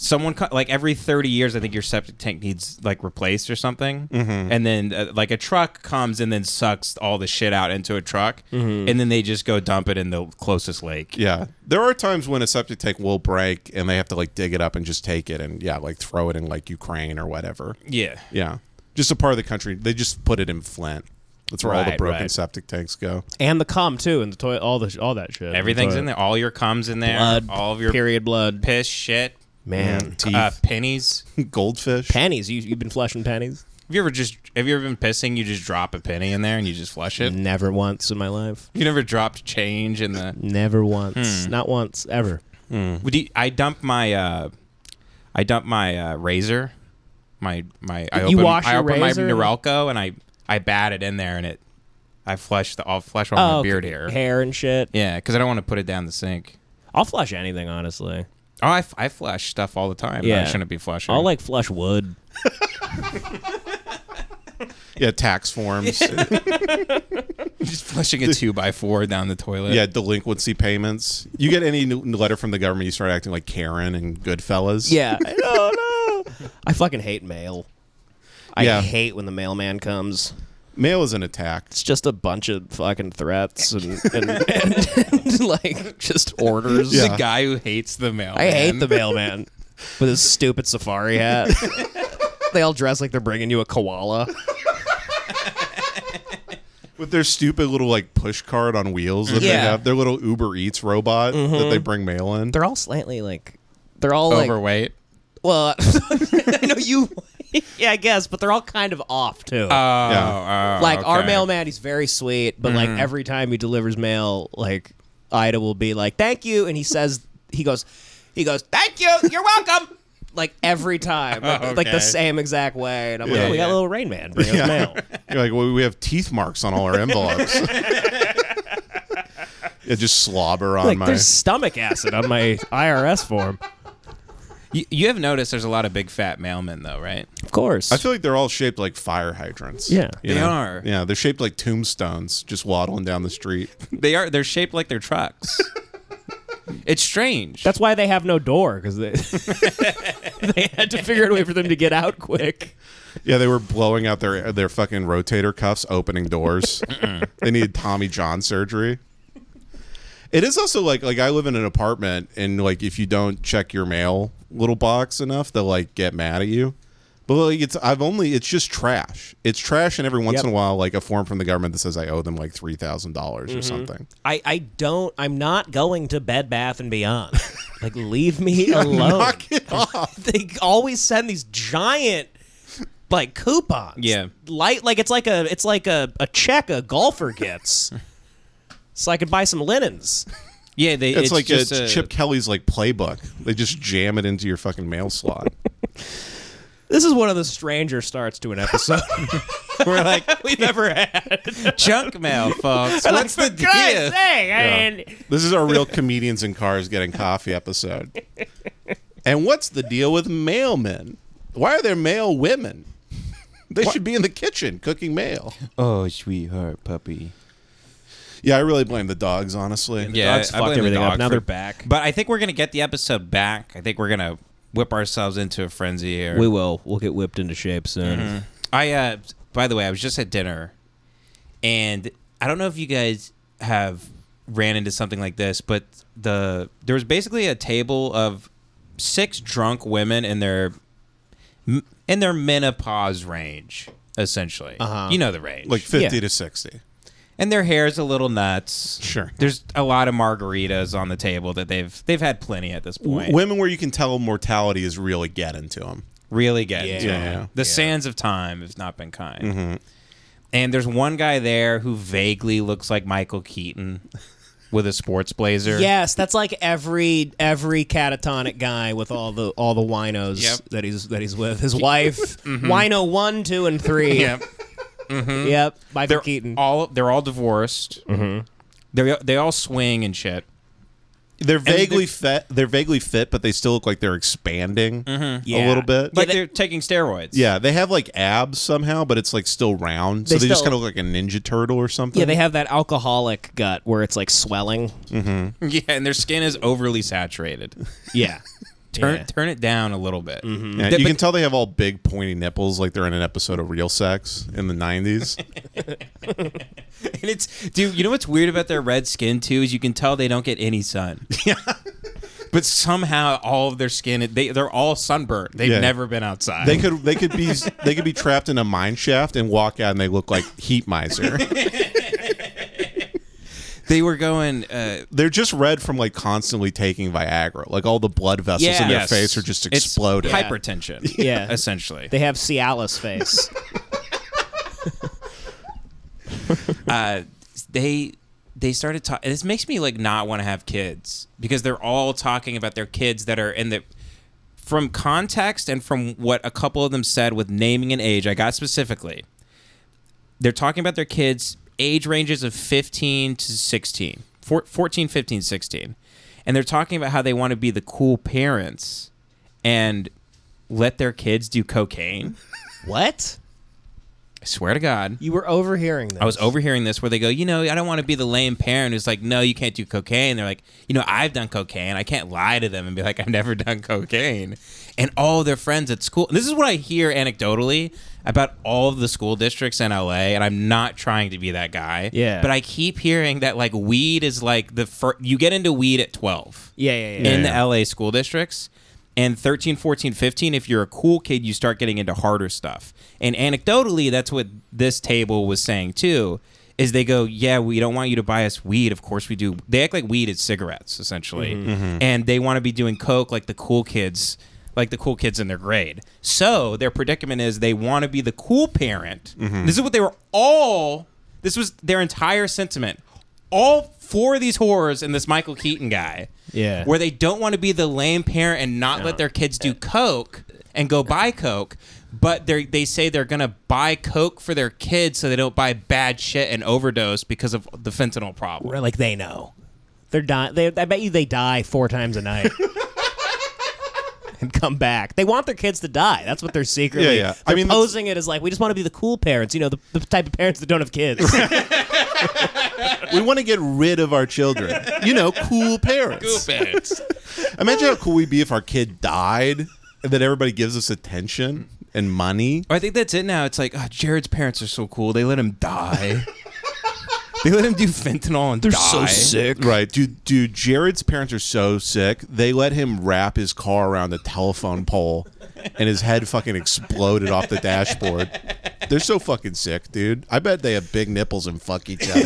Speaker 2: Someone co- like every thirty years, I think your septic tank needs like replaced or something, and then uh, like a truck comes and then sucks all the shit out into a truck, and then they just go dump it in the closest lake.
Speaker 1: Yeah, there are times when a septic tank will break and they have to like dig it up and just take it and yeah, like throw it in like Ukraine or whatever.
Speaker 2: Yeah,
Speaker 1: Yeah, just a part of the country. They just put it in Flint. That's where all the
Speaker 3: Right,
Speaker 1: broken
Speaker 3: right.
Speaker 1: septic tanks go.
Speaker 3: And the cum too, and the toilet, all the all that shit.
Speaker 2: everything's
Speaker 3: The
Speaker 2: in there. All your cums in there.
Speaker 3: Blood,
Speaker 2: all of your
Speaker 3: period blood.
Speaker 2: piss, shit,
Speaker 3: Man,
Speaker 1: Teeth,
Speaker 2: uh, pennies.
Speaker 1: goldfish.
Speaker 3: pennies. You you've been flushing pennies?
Speaker 2: Have you ever just have you ever been pissing? You just drop a penny in there and you just flush it.
Speaker 3: Never once in my life.
Speaker 2: You never dropped change in the
Speaker 3: Never once.
Speaker 2: Hmm.
Speaker 3: Not once ever.
Speaker 2: Would you, I dump my uh, I dump my uh, razor, my my I
Speaker 3: You
Speaker 2: open,
Speaker 3: wash
Speaker 2: I
Speaker 3: your
Speaker 2: open
Speaker 3: razor?
Speaker 2: my Norelco and I I bat it in there and it I flush the I'll flush all my beard hair.
Speaker 3: Oh, hair and shit.
Speaker 2: Yeah, because I don't want to put it down the sink.
Speaker 3: I'll flush anything, honestly.
Speaker 2: Oh, I, f- I flush stuff all the time. Yeah, I
Speaker 3: Yeah.
Speaker 2: shouldn't be flushing.
Speaker 3: I'll like flush wood.
Speaker 1: Yeah, tax forms.
Speaker 2: just flushing a two by four down the toilet.
Speaker 1: yeah, delinquency payments. You get any new letter from the government, you start acting like Karen and Goodfellas.
Speaker 3: Yeah. no, no. I fucking hate mail. I
Speaker 1: Yeah.
Speaker 3: hate when the mailman comes.
Speaker 1: mail is an attack.
Speaker 3: It's just a bunch of fucking threats and, and, and, like just orders.
Speaker 2: There's
Speaker 1: Yeah.
Speaker 2: a guy who hates the mail.
Speaker 3: I hate the mailman with his stupid safari hat. they all dress like they're bringing you a koala.
Speaker 1: With their stupid little like push cart on wheels that they
Speaker 3: Yeah. Mm-hmm.
Speaker 1: have, their little Uber Eats robot that they bring mail in.
Speaker 3: They're all slightly like they're all like
Speaker 2: overweight.
Speaker 3: well I know you Yeah, I guess, but they're all kind of off
Speaker 2: oh, oh,
Speaker 3: too. like our
Speaker 2: okay. Mm-hmm.
Speaker 3: mailman he's very sweet but like every time he delivers mail like ida will be like thank you and he says he goes he goes thank you you're welcome
Speaker 6: like every time, like,
Speaker 2: Oh,
Speaker 6: like
Speaker 2: okay.
Speaker 6: the same exact way. And I'm
Speaker 1: Yeah,
Speaker 6: like, oh, we got
Speaker 2: yeah.
Speaker 6: a little Rain Man. Bring us
Speaker 1: Yeah.
Speaker 6: mail.
Speaker 1: You're like, well, we have teeth marks on all our envelopes. yeah, just slobber on
Speaker 3: Like
Speaker 1: my.
Speaker 3: there's stomach acid on my IRS form.
Speaker 2: You, you have noticed there's a lot of big fat mailmen, though, right?
Speaker 3: Of course.
Speaker 1: I feel like they're all shaped like fire hydrants.
Speaker 3: Yeah.
Speaker 1: You
Speaker 2: They
Speaker 1: know?
Speaker 2: are.
Speaker 1: Yeah, they're shaped like tombstones, just waddling down the street.
Speaker 2: They are. They're shaped like their trucks. it's strange.
Speaker 3: that's why they have no door because they they had to figure out a way for them to get out quick.
Speaker 1: Yeah, they were blowing out their their fucking rotator cuffs, opening doors. they needed Tommy John surgery. It is also like like I live in an apartment, and like if you don't check your mail little box enough, they'll like get mad at you. But like it's I've only it's just trash. It's trash, and every once
Speaker 3: Yep.
Speaker 1: in a while, like a form from the government that says I owe them like three dollars or something.
Speaker 3: I, I don't I'm not going to Bed Bath and Beyond. Like leave me alone.
Speaker 1: Knock it off.
Speaker 3: they always send these giant like coupons.
Speaker 2: Yeah.
Speaker 3: Light like it's like a it's like a, a check a golfer gets. so I could buy some linens.
Speaker 2: yeah, they.
Speaker 1: It's, like
Speaker 2: just
Speaker 1: a, Chip Kelly's like playbook. They just jam it into your fucking mail slot.
Speaker 3: This is one of the stranger starts to an episode
Speaker 2: We're like
Speaker 3: we've ever had.
Speaker 2: junk mail, folks. What's the deal?
Speaker 3: God's sake, I
Speaker 1: Yeah.
Speaker 3: mean-
Speaker 1: This is our real comedians in cars getting coffee episode. And what's the deal with mailmen? Why are there mail women? They should be in the kitchen cooking mail.
Speaker 2: Oh, sweetheart, puppy.
Speaker 1: Yeah, I really blame the dogs, honestly.
Speaker 2: yeah,
Speaker 3: dogs
Speaker 2: I
Speaker 3: fucked
Speaker 2: blame the
Speaker 3: everything up.
Speaker 2: dog
Speaker 3: Now
Speaker 2: for-
Speaker 3: they're back.
Speaker 2: But I think we're gonna get the episode back. I think we're gonna whip ourselves into a frenzy here.
Speaker 3: We will. We'll get whipped into shape soon.
Speaker 2: I uh by the way, I was just at dinner and I don't know if you guys have ran into something like this, but the there was basically a table of six drunk women in their in their menopause range essentially.
Speaker 3: Uh-huh.
Speaker 2: You know the range.
Speaker 1: Like 50
Speaker 3: Yeah.
Speaker 1: to 60.
Speaker 2: and their hair's a little nuts.
Speaker 1: Sure.
Speaker 2: There's a lot of margaritas on the table that they've they've had plenty at this point.
Speaker 1: Women where you can tell mortality is really getting to them.
Speaker 2: really getting to
Speaker 1: Yeah. Mm-hmm.
Speaker 2: him. The sands of time have not been kind. And there's one guy there who vaguely looks like Michael Keaton with a sports blazer.
Speaker 6: Yes, that's like e- every every catatonic guy with all the all the winos
Speaker 2: Yep.
Speaker 6: that he's that he's with. His wife, wino one, two, and three.
Speaker 2: Yep.
Speaker 6: Yep, Michael
Speaker 2: They're
Speaker 6: Keaton.
Speaker 2: all they're all divorced. Mm-hmm. They they all swing and shit.
Speaker 1: They're vaguely
Speaker 2: the-
Speaker 1: fit. They're vaguely fit, but they still look like they're expanding a
Speaker 6: Yeah.
Speaker 1: little bit.
Speaker 2: Like
Speaker 6: they-
Speaker 2: they, are taking steroids.
Speaker 1: yeah, they have like abs somehow, but it's like still round. So they,
Speaker 6: They
Speaker 1: just
Speaker 6: still-
Speaker 1: kind of look like a ninja turtle or something.
Speaker 6: yeah, they have that alcoholic gut where it's like swelling.
Speaker 2: Yeah, and their skin is overly saturated.
Speaker 6: Yeah.
Speaker 2: Turn
Speaker 6: Yeah.
Speaker 2: turn it down a little bit. Mm-hmm.
Speaker 1: Yeah,
Speaker 2: Th-
Speaker 1: you
Speaker 2: but-
Speaker 1: can tell they have all big pointy nipples, like they're in an episode of Real Sex in the '90s.
Speaker 2: And it's dude, you know what's weird about their red skin too is you can tell they don't get any sun. Yeah. But somehow all of their skin they they're all sunburned. They've
Speaker 1: Yeah.
Speaker 2: never been outside.
Speaker 1: they could they could be they could be trapped in a mine shaft and walk out, and they look like heat miser.
Speaker 2: they were going uh
Speaker 1: they're just red from like constantly taking Viagra. Like all the blood vessels
Speaker 6: Yeah.
Speaker 1: in their
Speaker 2: yes.
Speaker 1: face are just
Speaker 2: It's
Speaker 1: exploded.
Speaker 2: hypertension.
Speaker 6: Yeah.
Speaker 2: Essentially.
Speaker 6: They have Cialis face.
Speaker 2: uh they they started talking this makes me like not want to have kids because they're all talking about their kids that are in the from context and from what a couple of them said with naming an age i got specifically they're talking about their kids age ranges of 15 to 16 four- 14 15 16 and they're talking about how they want to be the cool parents and let their kids do cocaine
Speaker 6: what?
Speaker 2: i swear to god
Speaker 6: You were overhearing this.
Speaker 2: I was overhearing this where they go, you know, I don't want to be the lame parent who's like, no, you can't do cocaine. They're like, you know, I've done cocaine. I can't lie to them and be like, I've never done cocaine. And all their friends at school. This is what I hear anecdotally about all of the school districts in LA, and I'm not trying to be that guy.
Speaker 6: Yeah.
Speaker 2: But I keep hearing that like weed is like the fir- you get into weed at 12
Speaker 6: Yeah, yeah, yeah.
Speaker 2: in the LA school districts. And 13, 14, 15, if you're a cool kid, you start getting into harder stuff. And anecdotally, that's what this table was saying too, is they go, yeah, we don't want you to buy us weed. Of course we do. They act like weed is cigarettes, essentially. And they want to be doing coke like the cool kids, like the cool kids in their grade. So their predicament is they want to be the cool parent. This is what they were all, this was their entire sentiment all four of these horrors and this Michael Keaton guy
Speaker 3: Yeah.
Speaker 2: where they don't want to be the lame parent and not let their kids do coke and go buy coke, but they they say they're gonna buy coke for their kids so they don't buy bad shit and overdose because of the fentanyl problem.
Speaker 3: Where, like they know. They're dying. They, I bet you they die four times a night. and come back. They want their kids to die. That's what they're secretly.
Speaker 1: Yeah, yeah. I
Speaker 3: They're
Speaker 1: mean, that's-
Speaker 3: posing it as like we just want to be the cool parents. You know, the, the type of parents that don't have kids.
Speaker 1: We want to get rid of our children. You know, cool parents.
Speaker 2: Parents.
Speaker 1: Imagine how cool we'd be if our kid died and then everybody gives us attention and money.
Speaker 2: I think that's it now. It's like oh, Jared's parents are so cool. They let him die. they let him do fentanyl and they're die.
Speaker 1: Right. Dude, dude, Jared's parents are so sick. They let him wrap his car around a telephone pole and his head fucking exploded off the dashboard. They're so fucking sick, dude. I bet they have big nipples and fuck each other.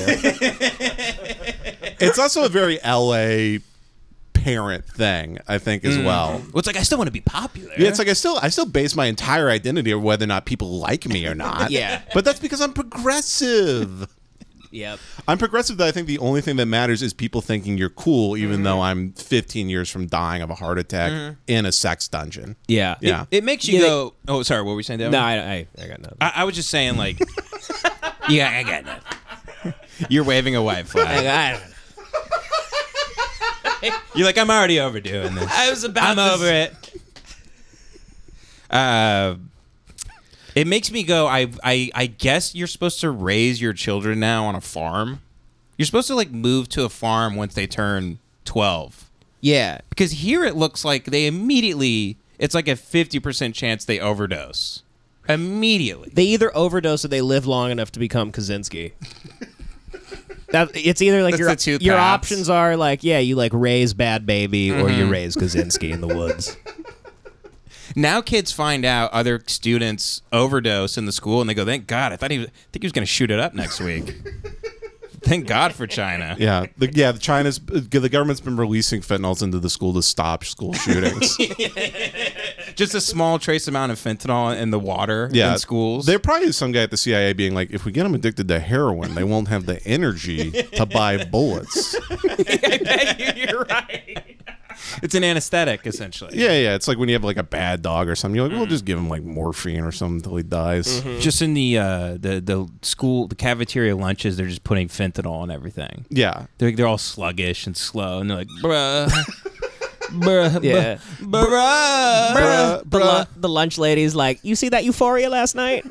Speaker 1: it's also a very LA parent thing, I think, as well.
Speaker 2: Well, it's like I still want to be popular.
Speaker 1: Yeah, it's like I still I still base my entire identity on whether or not people like me or not.
Speaker 3: Yeah.
Speaker 1: But that's because I'm progressive.
Speaker 3: yep.
Speaker 1: I'm progressive that I think the only thing that matters is people thinking you're cool, even though I'm 15 years from dying of a heart attack in a sex dungeon.
Speaker 3: Yeah.
Speaker 1: Yeah.
Speaker 2: it makes you
Speaker 3: Yeah, they-
Speaker 2: go. oh, sorry. What were you saying? Devin?
Speaker 3: No, I, I, I got nothing.
Speaker 2: I, I was just saying like
Speaker 4: Yeah, I got nothing.
Speaker 2: you're waving a white flag. You're like I'm already overdoing this.
Speaker 4: I was about
Speaker 2: I'm over it. Uh, it makes me go. I, I I guess you're supposed to raise your children now on a farm. You're supposed to like move to a farm once they turn twelve.
Speaker 6: Yeah.
Speaker 2: Because here it looks like they immediately. It's like a fifty percent chance they overdose immediately.
Speaker 6: They either overdose or they live long enough to become Kaczynski. That, it's either like
Speaker 2: That's
Speaker 6: your,
Speaker 2: the two
Speaker 6: your
Speaker 2: paths. Mm-hmm.
Speaker 6: options are like yeah you like raise bad baby or you raise Kaczynski in the woods.
Speaker 2: Now kids find out other students overdose in the school and they go, "Thank God! I thought he was, I think he was going to shoot it up next week." Thank God for China.
Speaker 1: Yeah, the, yeah. The China's uh, the government's been releasing fentanyls into the school to stop school shootings.
Speaker 2: just a small trace amount of fentanyl in the water
Speaker 1: yeah,
Speaker 2: in schools.
Speaker 1: There probably is some guy at the CIA being like, if we get them addicted to heroin, they won't have the energy to buy bullets.
Speaker 2: You're right. It's an anesthetic, essentially.
Speaker 1: Yeah, yeah. It's like when you have like a bad dog or something. You're like, we'll just give him like morphine or something until he dies.
Speaker 2: Just in the uh, the the school, the cafeteria lunches, they're just putting fentanyl on everything.
Speaker 1: Yeah,
Speaker 2: They're they're all sluggish and slow, and they're like, bruh, bruh,
Speaker 3: Yeah.
Speaker 2: bruh, bruh.
Speaker 1: Bruh,
Speaker 3: the,
Speaker 1: bruh.
Speaker 3: lu- the lunch lady's like, you see that euphoria last night?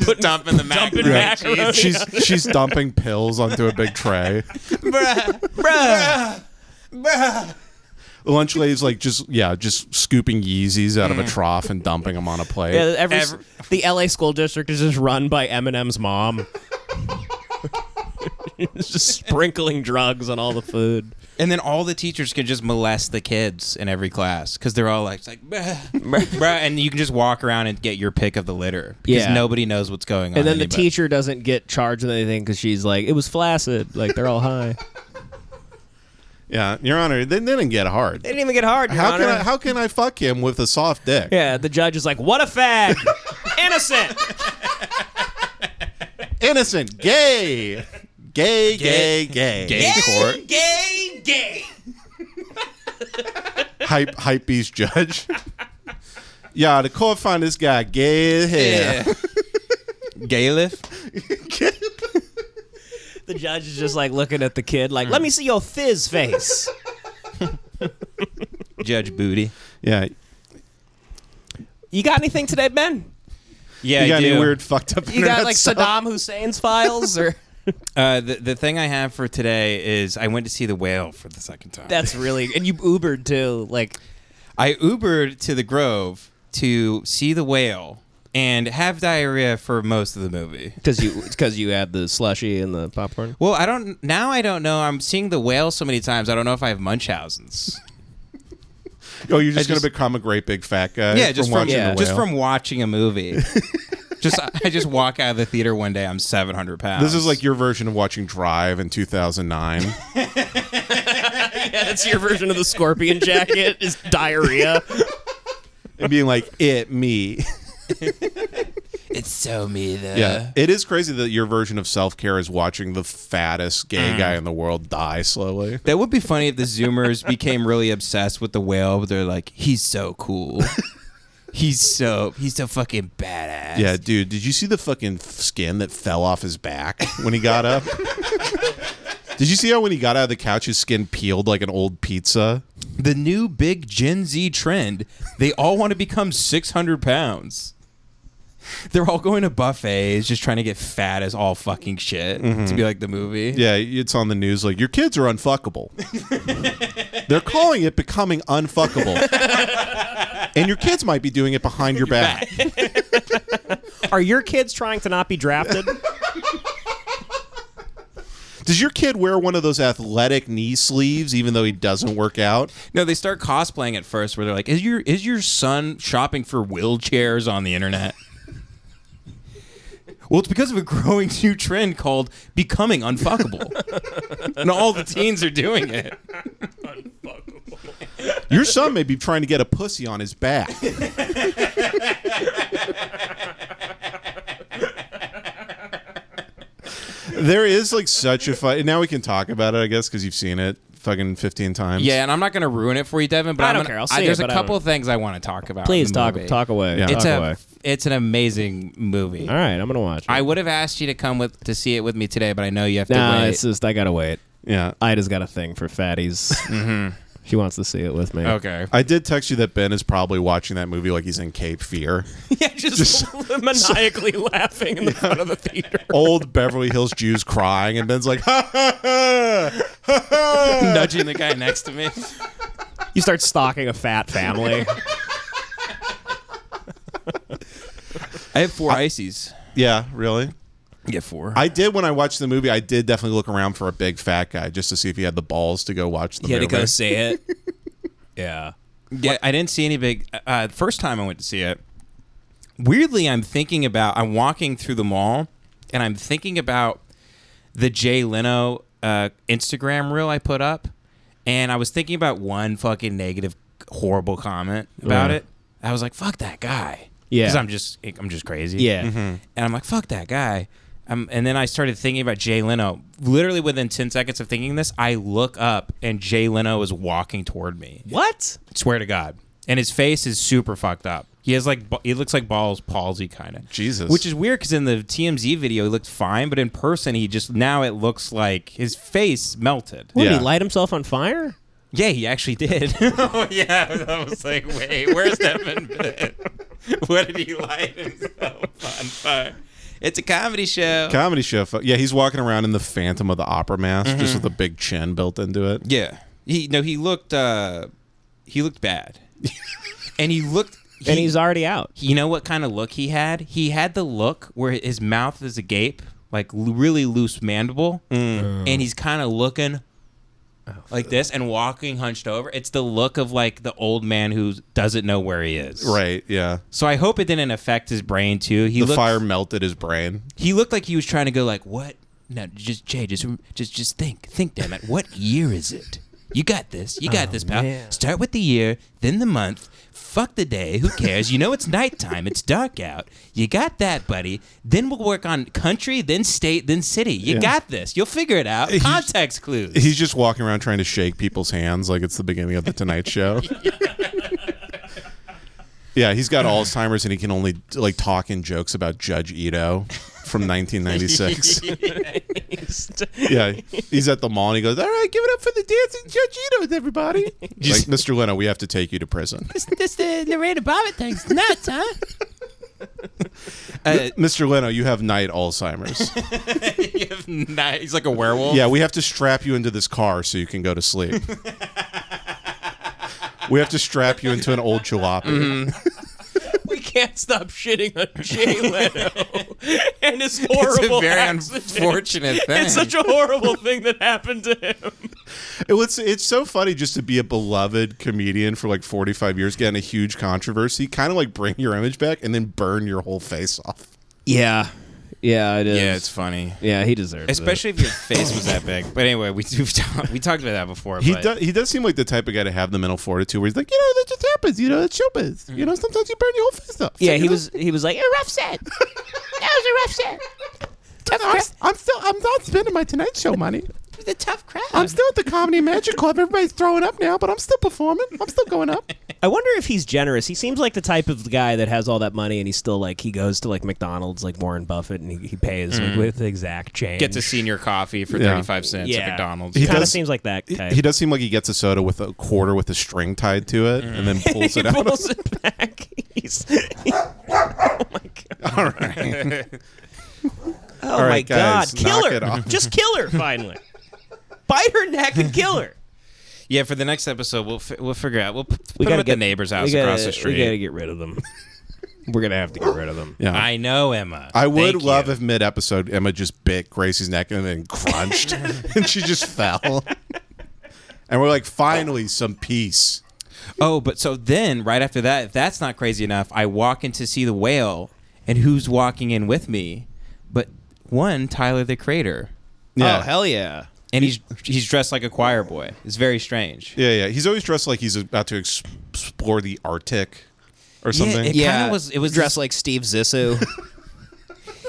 Speaker 2: Put dump in the mac.
Speaker 4: Dumping
Speaker 1: Right.
Speaker 4: macaroni.
Speaker 1: she's she's dumping pills onto a big tray.
Speaker 2: bruh.
Speaker 1: The lunch lady's like just yeah, just scooping Yeezys out of a trough and dumping them on a plate.
Speaker 3: Mm. Yeah, Uh, every,
Speaker 2: Every-
Speaker 3: the LA school district is just run by Eminem's mom. just sprinkling drugs on all the food.
Speaker 2: And then all the teachers can just molest the kids in every class because they're all like, it's like bruh, bruh, and you can just walk around and get your pick of the litter because
Speaker 6: Yeah.
Speaker 2: nobody knows what's going on.
Speaker 6: And then the
Speaker 2: anybody-
Speaker 6: teacher doesn't get charged with anything because she's like it was flaccid like they're all high.
Speaker 1: Yeah, Your Honor, they, they didn't get hard.
Speaker 3: didn't even get hard, Your
Speaker 1: How
Speaker 3: Honor.
Speaker 1: can I, how can I fuck him with a soft dick?
Speaker 3: yeah, the judge is like, what a fag. Innocent.
Speaker 1: Innocent, gay, gay, gay,
Speaker 2: Gay.
Speaker 1: gay,
Speaker 2: Gay court.
Speaker 4: Gay, gay.
Speaker 1: hype hype beast judge. yeah, the court found this guy gay hair.
Speaker 2: Galef.
Speaker 3: The judge is just like looking at the kid like, let me see your fizz face.
Speaker 2: Judge Booty.
Speaker 1: Yeah,
Speaker 3: You got anything today, Ben?
Speaker 2: Yeah,
Speaker 1: you
Speaker 2: I
Speaker 1: got
Speaker 2: do.
Speaker 1: any weird fucked up?
Speaker 3: You got
Speaker 1: internet
Speaker 3: like
Speaker 1: stuff?
Speaker 3: Saddam Hussein's files or
Speaker 2: Uh, the the thing I have for today is I went to see the whale for the second time.
Speaker 3: that's really and you Ubered too. Like
Speaker 2: I Ubered to the Grove to see the whale and have diarrhea for most of the movie.
Speaker 6: Because you because you add the slushy and the popcorn.
Speaker 2: Well, I don't now. I don't know. I'm seeing the whale so many times. I don't know if I have Munchausen's.
Speaker 1: Oh, you're just
Speaker 2: I
Speaker 1: gonna
Speaker 2: just-
Speaker 1: become a great big fat guy.
Speaker 2: yeah, just from,
Speaker 1: watching
Speaker 6: yeah.
Speaker 1: The
Speaker 2: just
Speaker 1: Whale?
Speaker 2: from watching a movie. just I just walk out of the theater one day. I'm 700 pounds.
Speaker 1: This is like your version of watching Drive in 2009.
Speaker 3: that's your version of the scorpion jacket is diarrhea.
Speaker 1: and being like, it me.
Speaker 4: It's so me though.
Speaker 1: Yeah, it is crazy that your version of self care is watching the fattest gay guy in the world die slowly.
Speaker 2: That would be funny if the Zoomers became really obsessed with the whale, but they're like, he's so cool. he's so he's so fucking badass.
Speaker 1: Yeah, dude, did you see the fucking f- skin that fell off his back when he got up? did you see how when he got out of the couch, his skin peeled like an old pizza?
Speaker 2: The new big Gen Z trend. They all want to become six hundred pounds. They're all going to buffets, just trying to get fat as all fucking shit to be like the movie.
Speaker 1: Yeah, it's on the news like your kids are unfuckable. They're calling it becoming unfuckable. and your kids might be doing it behind your back.
Speaker 3: Are your kids trying to not be drafted?
Speaker 1: Does your kid wear one of those athletic knee sleeves even though he doesn't work out?
Speaker 2: No, they start cosplaying at first, where they're like, "Is your is your son shopping for wheelchairs on the internet?" well, it's because of a growing new trend called becoming unfuckable, and all the teens are doing it.
Speaker 1: Your son may be trying to get a pussy on his back. there is like such a fight. Now we can talk about it, I guess, because you've seen it fucking 15 times.
Speaker 2: Yeah, and I'm not gonna ruin it for you, Devin. But
Speaker 3: I
Speaker 2: I'm
Speaker 3: don't
Speaker 2: gonna-
Speaker 3: care. I'll
Speaker 2: I-
Speaker 3: see it,
Speaker 2: there's
Speaker 3: but
Speaker 2: a
Speaker 3: I
Speaker 2: couple
Speaker 3: don't-
Speaker 2: things I want to talk about. in
Speaker 3: Please
Speaker 2: the
Speaker 3: talk
Speaker 2: movie.
Speaker 3: talk away.
Speaker 1: Yeah.
Speaker 3: Talk
Speaker 2: It's a
Speaker 3: away.
Speaker 2: it's an amazing movie.
Speaker 3: All right, I'm gonna watch. It.
Speaker 2: I would have asked you to come with to see it with me today, but I know you have to
Speaker 3: nah,
Speaker 2: wait.
Speaker 3: it's just I gotta wait.
Speaker 1: Yeah.
Speaker 3: Ida's got a thing for fatties. She wants to see it with me.
Speaker 2: okay.
Speaker 1: I did text you that Ben is probably watching that movie like he's in Cape Fear.
Speaker 3: yeah, just, maniacally laughing in the front of the theater.
Speaker 1: Old Beverly Hills Jews crying, and Ben's like, ha ha ha, ha ha.
Speaker 2: Nudging the guy next to me.
Speaker 3: You start stalking a fat family.
Speaker 2: I have four ices.
Speaker 1: Yeah, really?
Speaker 2: Get four.
Speaker 1: I did when I watched the movie. I did definitely look around for a big fat guy just to see if he had the balls to go watch the
Speaker 3: You had
Speaker 1: movie.
Speaker 3: to go see it. yeah.
Speaker 2: Yeah, I didn't see any big. Uh, first time I went to see it, weirdly, I'm thinking about. I'm walking through the mall, and I'm thinking about the Jay Leno uh, Instagram reel I put up, and I was thinking about one fucking negative, horrible comment about
Speaker 3: Yeah.
Speaker 2: it. I was like, "Fuck that guy."
Speaker 3: Yeah.
Speaker 2: because I'm just, I'm just crazy.
Speaker 3: Yeah.
Speaker 2: and I'm like, "Fuck that guy." Um, and then I started thinking about Jay Leno. Literally within ten seconds of thinking this, I look up and Jay Leno is walking toward me.
Speaker 3: What?
Speaker 2: Swear to God. And his face is super fucked up. He has like ba- he looks like balls palsy kind of.
Speaker 1: Jesus.
Speaker 2: Which is weird because in the TMZ video he looked fine, but in person he just now it looks like his face melted.
Speaker 3: What,
Speaker 1: Yeah.
Speaker 3: He light himself on fire?
Speaker 2: Yeah, he actually did. oh yeah, I was like, wait, where's Devin been? what did he light himself on fire? It's a comedy show.
Speaker 1: comedy show. fu- Yeah, he's walking around in the Phantom of the Opera mask,
Speaker 3: Mm-hmm.
Speaker 1: just with a big chin built into it.
Speaker 2: yeah, he no, he looked uh he looked bad, and he looked.
Speaker 3: and
Speaker 2: he-
Speaker 3: he's already out.
Speaker 2: you know what kind of look he had? He had the look where his mouth is agape, like l- really loose mandible,
Speaker 3: Mm.
Speaker 2: and he's kind of looking like this and walking hunched over. It's the look of like the old man who doesn't know where he is.
Speaker 1: Right. Yeah.
Speaker 2: So I hope it didn't affect his brain too. He
Speaker 1: The
Speaker 2: looked,
Speaker 1: fire melted his brain.
Speaker 2: He looked like he was trying to go like, "What? No, just Jay, just just just think, think, damn it. What year is it? You got this. You
Speaker 1: Oh,
Speaker 2: got this, pal. Start with the year, then the month. Fuck the day. Who cares? You know it's nighttime. It's dark out. You got that, buddy. Then we'll work on country, then state, then city. You
Speaker 1: Yeah.
Speaker 2: got this. You'll figure it out. Context clues.
Speaker 1: He's just walking around trying to shake people's hands like it's the beginning of the Tonight Show. yeah, he's got Alzheimer's and he can only like talk in jokes about Judge Ito from 1996. yeah, he's at the mall and he goes, "All right, give it up for the dancing Judge Ito's, everybody!" like Mr. Leno, we have to take you to prison.
Speaker 4: This the Lorena Bobbitt thing's nuts, huh?
Speaker 2: Uh,
Speaker 1: Mr. Leno, you have night Alzheimer's.
Speaker 2: nah, he's like a werewolf.
Speaker 1: Yeah, we have to strap you into this car so you can go to sleep. we have to strap you into an old jalopy.
Speaker 6: We can't stop shitting on Jay Leno and his
Speaker 2: It's
Speaker 6: horrible
Speaker 2: a very
Speaker 6: accident.
Speaker 2: unfortunate thing.
Speaker 6: It's such a horrible thing that happened to him.
Speaker 1: It was, it's so funny just to be a beloved comedian for like 45 years, get in a huge controversy, kind of like bring your image back and then burn your whole face off.
Speaker 3: Yeah.
Speaker 6: Yeah, it is.
Speaker 2: Yeah, it's funny.
Speaker 6: yeah, he deserves
Speaker 2: Especially if your face was that big. But anyway, we we've talked, we talked about that before.
Speaker 1: He
Speaker 2: but
Speaker 1: does. He does seem like the type of guy to have the mental fortitude, where he's like, you know, that just happens. You know, that's showbiz. You know, sometimes you burn your whole face up.
Speaker 3: Yeah,
Speaker 1: So,
Speaker 3: he
Speaker 1: you
Speaker 3: was he was like,
Speaker 5: A rough set. That was a rough set.
Speaker 1: know, I'm, I'm still. I'm not spending my Tonight Show money.
Speaker 5: It was a tough crowd.
Speaker 1: I'm still at the Comedy and Magic Club. Everybody's throwing up now, but I'm still performing. I'm still going up.
Speaker 3: I wonder if he's generous. He seems like the type of guy that has all that money and he's still like he goes to like McDonald's like Warren Buffett and he, he pays
Speaker 1: Mm.
Speaker 3: like, with exact change.
Speaker 2: gets a senior coffee for
Speaker 1: Yeah.
Speaker 2: 35 cents
Speaker 3: Yeah.
Speaker 2: at McDonald's.
Speaker 1: He
Speaker 3: kind of
Speaker 1: does-
Speaker 3: seems like that
Speaker 1: He-
Speaker 3: type.
Speaker 1: He does seem like he gets a soda with a quarter with a string tied to it, and
Speaker 2: Mm.
Speaker 1: then pulls it
Speaker 3: He
Speaker 1: out.
Speaker 3: pulls it back. He's,
Speaker 1: All right.
Speaker 3: oh
Speaker 1: right,
Speaker 3: my
Speaker 1: guys,
Speaker 3: god, kill
Speaker 1: knock it
Speaker 3: her!
Speaker 1: off.
Speaker 3: Just kill her finally. Bite her neck and kill her.
Speaker 2: Yeah, for the next episode, we'll fi- we'll figure out. We'll p- put
Speaker 3: We
Speaker 2: him
Speaker 3: gotta
Speaker 2: at
Speaker 3: get-
Speaker 2: the neighbor's
Speaker 3: we
Speaker 2: house
Speaker 3: gotta,
Speaker 2: across the
Speaker 3: We gotta
Speaker 2: street.
Speaker 3: get rid of them. We're gonna have to get rid of them.
Speaker 1: Yeah.
Speaker 2: I know, Emma.
Speaker 1: I would
Speaker 2: Thank
Speaker 1: love
Speaker 2: you.
Speaker 1: if mid episode Emma just bit Gracie's neck and then crunched and she just fell. And we're like, finally, some peace.
Speaker 2: Oh, but so then right after that, if that's not crazy enough, I walk in to see the whale, and who's walking in with me? But one Tyler the Creator,
Speaker 6: it.
Speaker 1: Yeah.
Speaker 6: Oh hell yeah!
Speaker 2: and he's he's dressed like a choir boy. It's very strange.
Speaker 1: Yeah, yeah. He's always dressed like he's about to ex- explore the Arctic or something.
Speaker 2: it-
Speaker 6: Yeah,
Speaker 2: kinda was- it was
Speaker 6: dressed
Speaker 2: this-
Speaker 6: like Steve Zissou.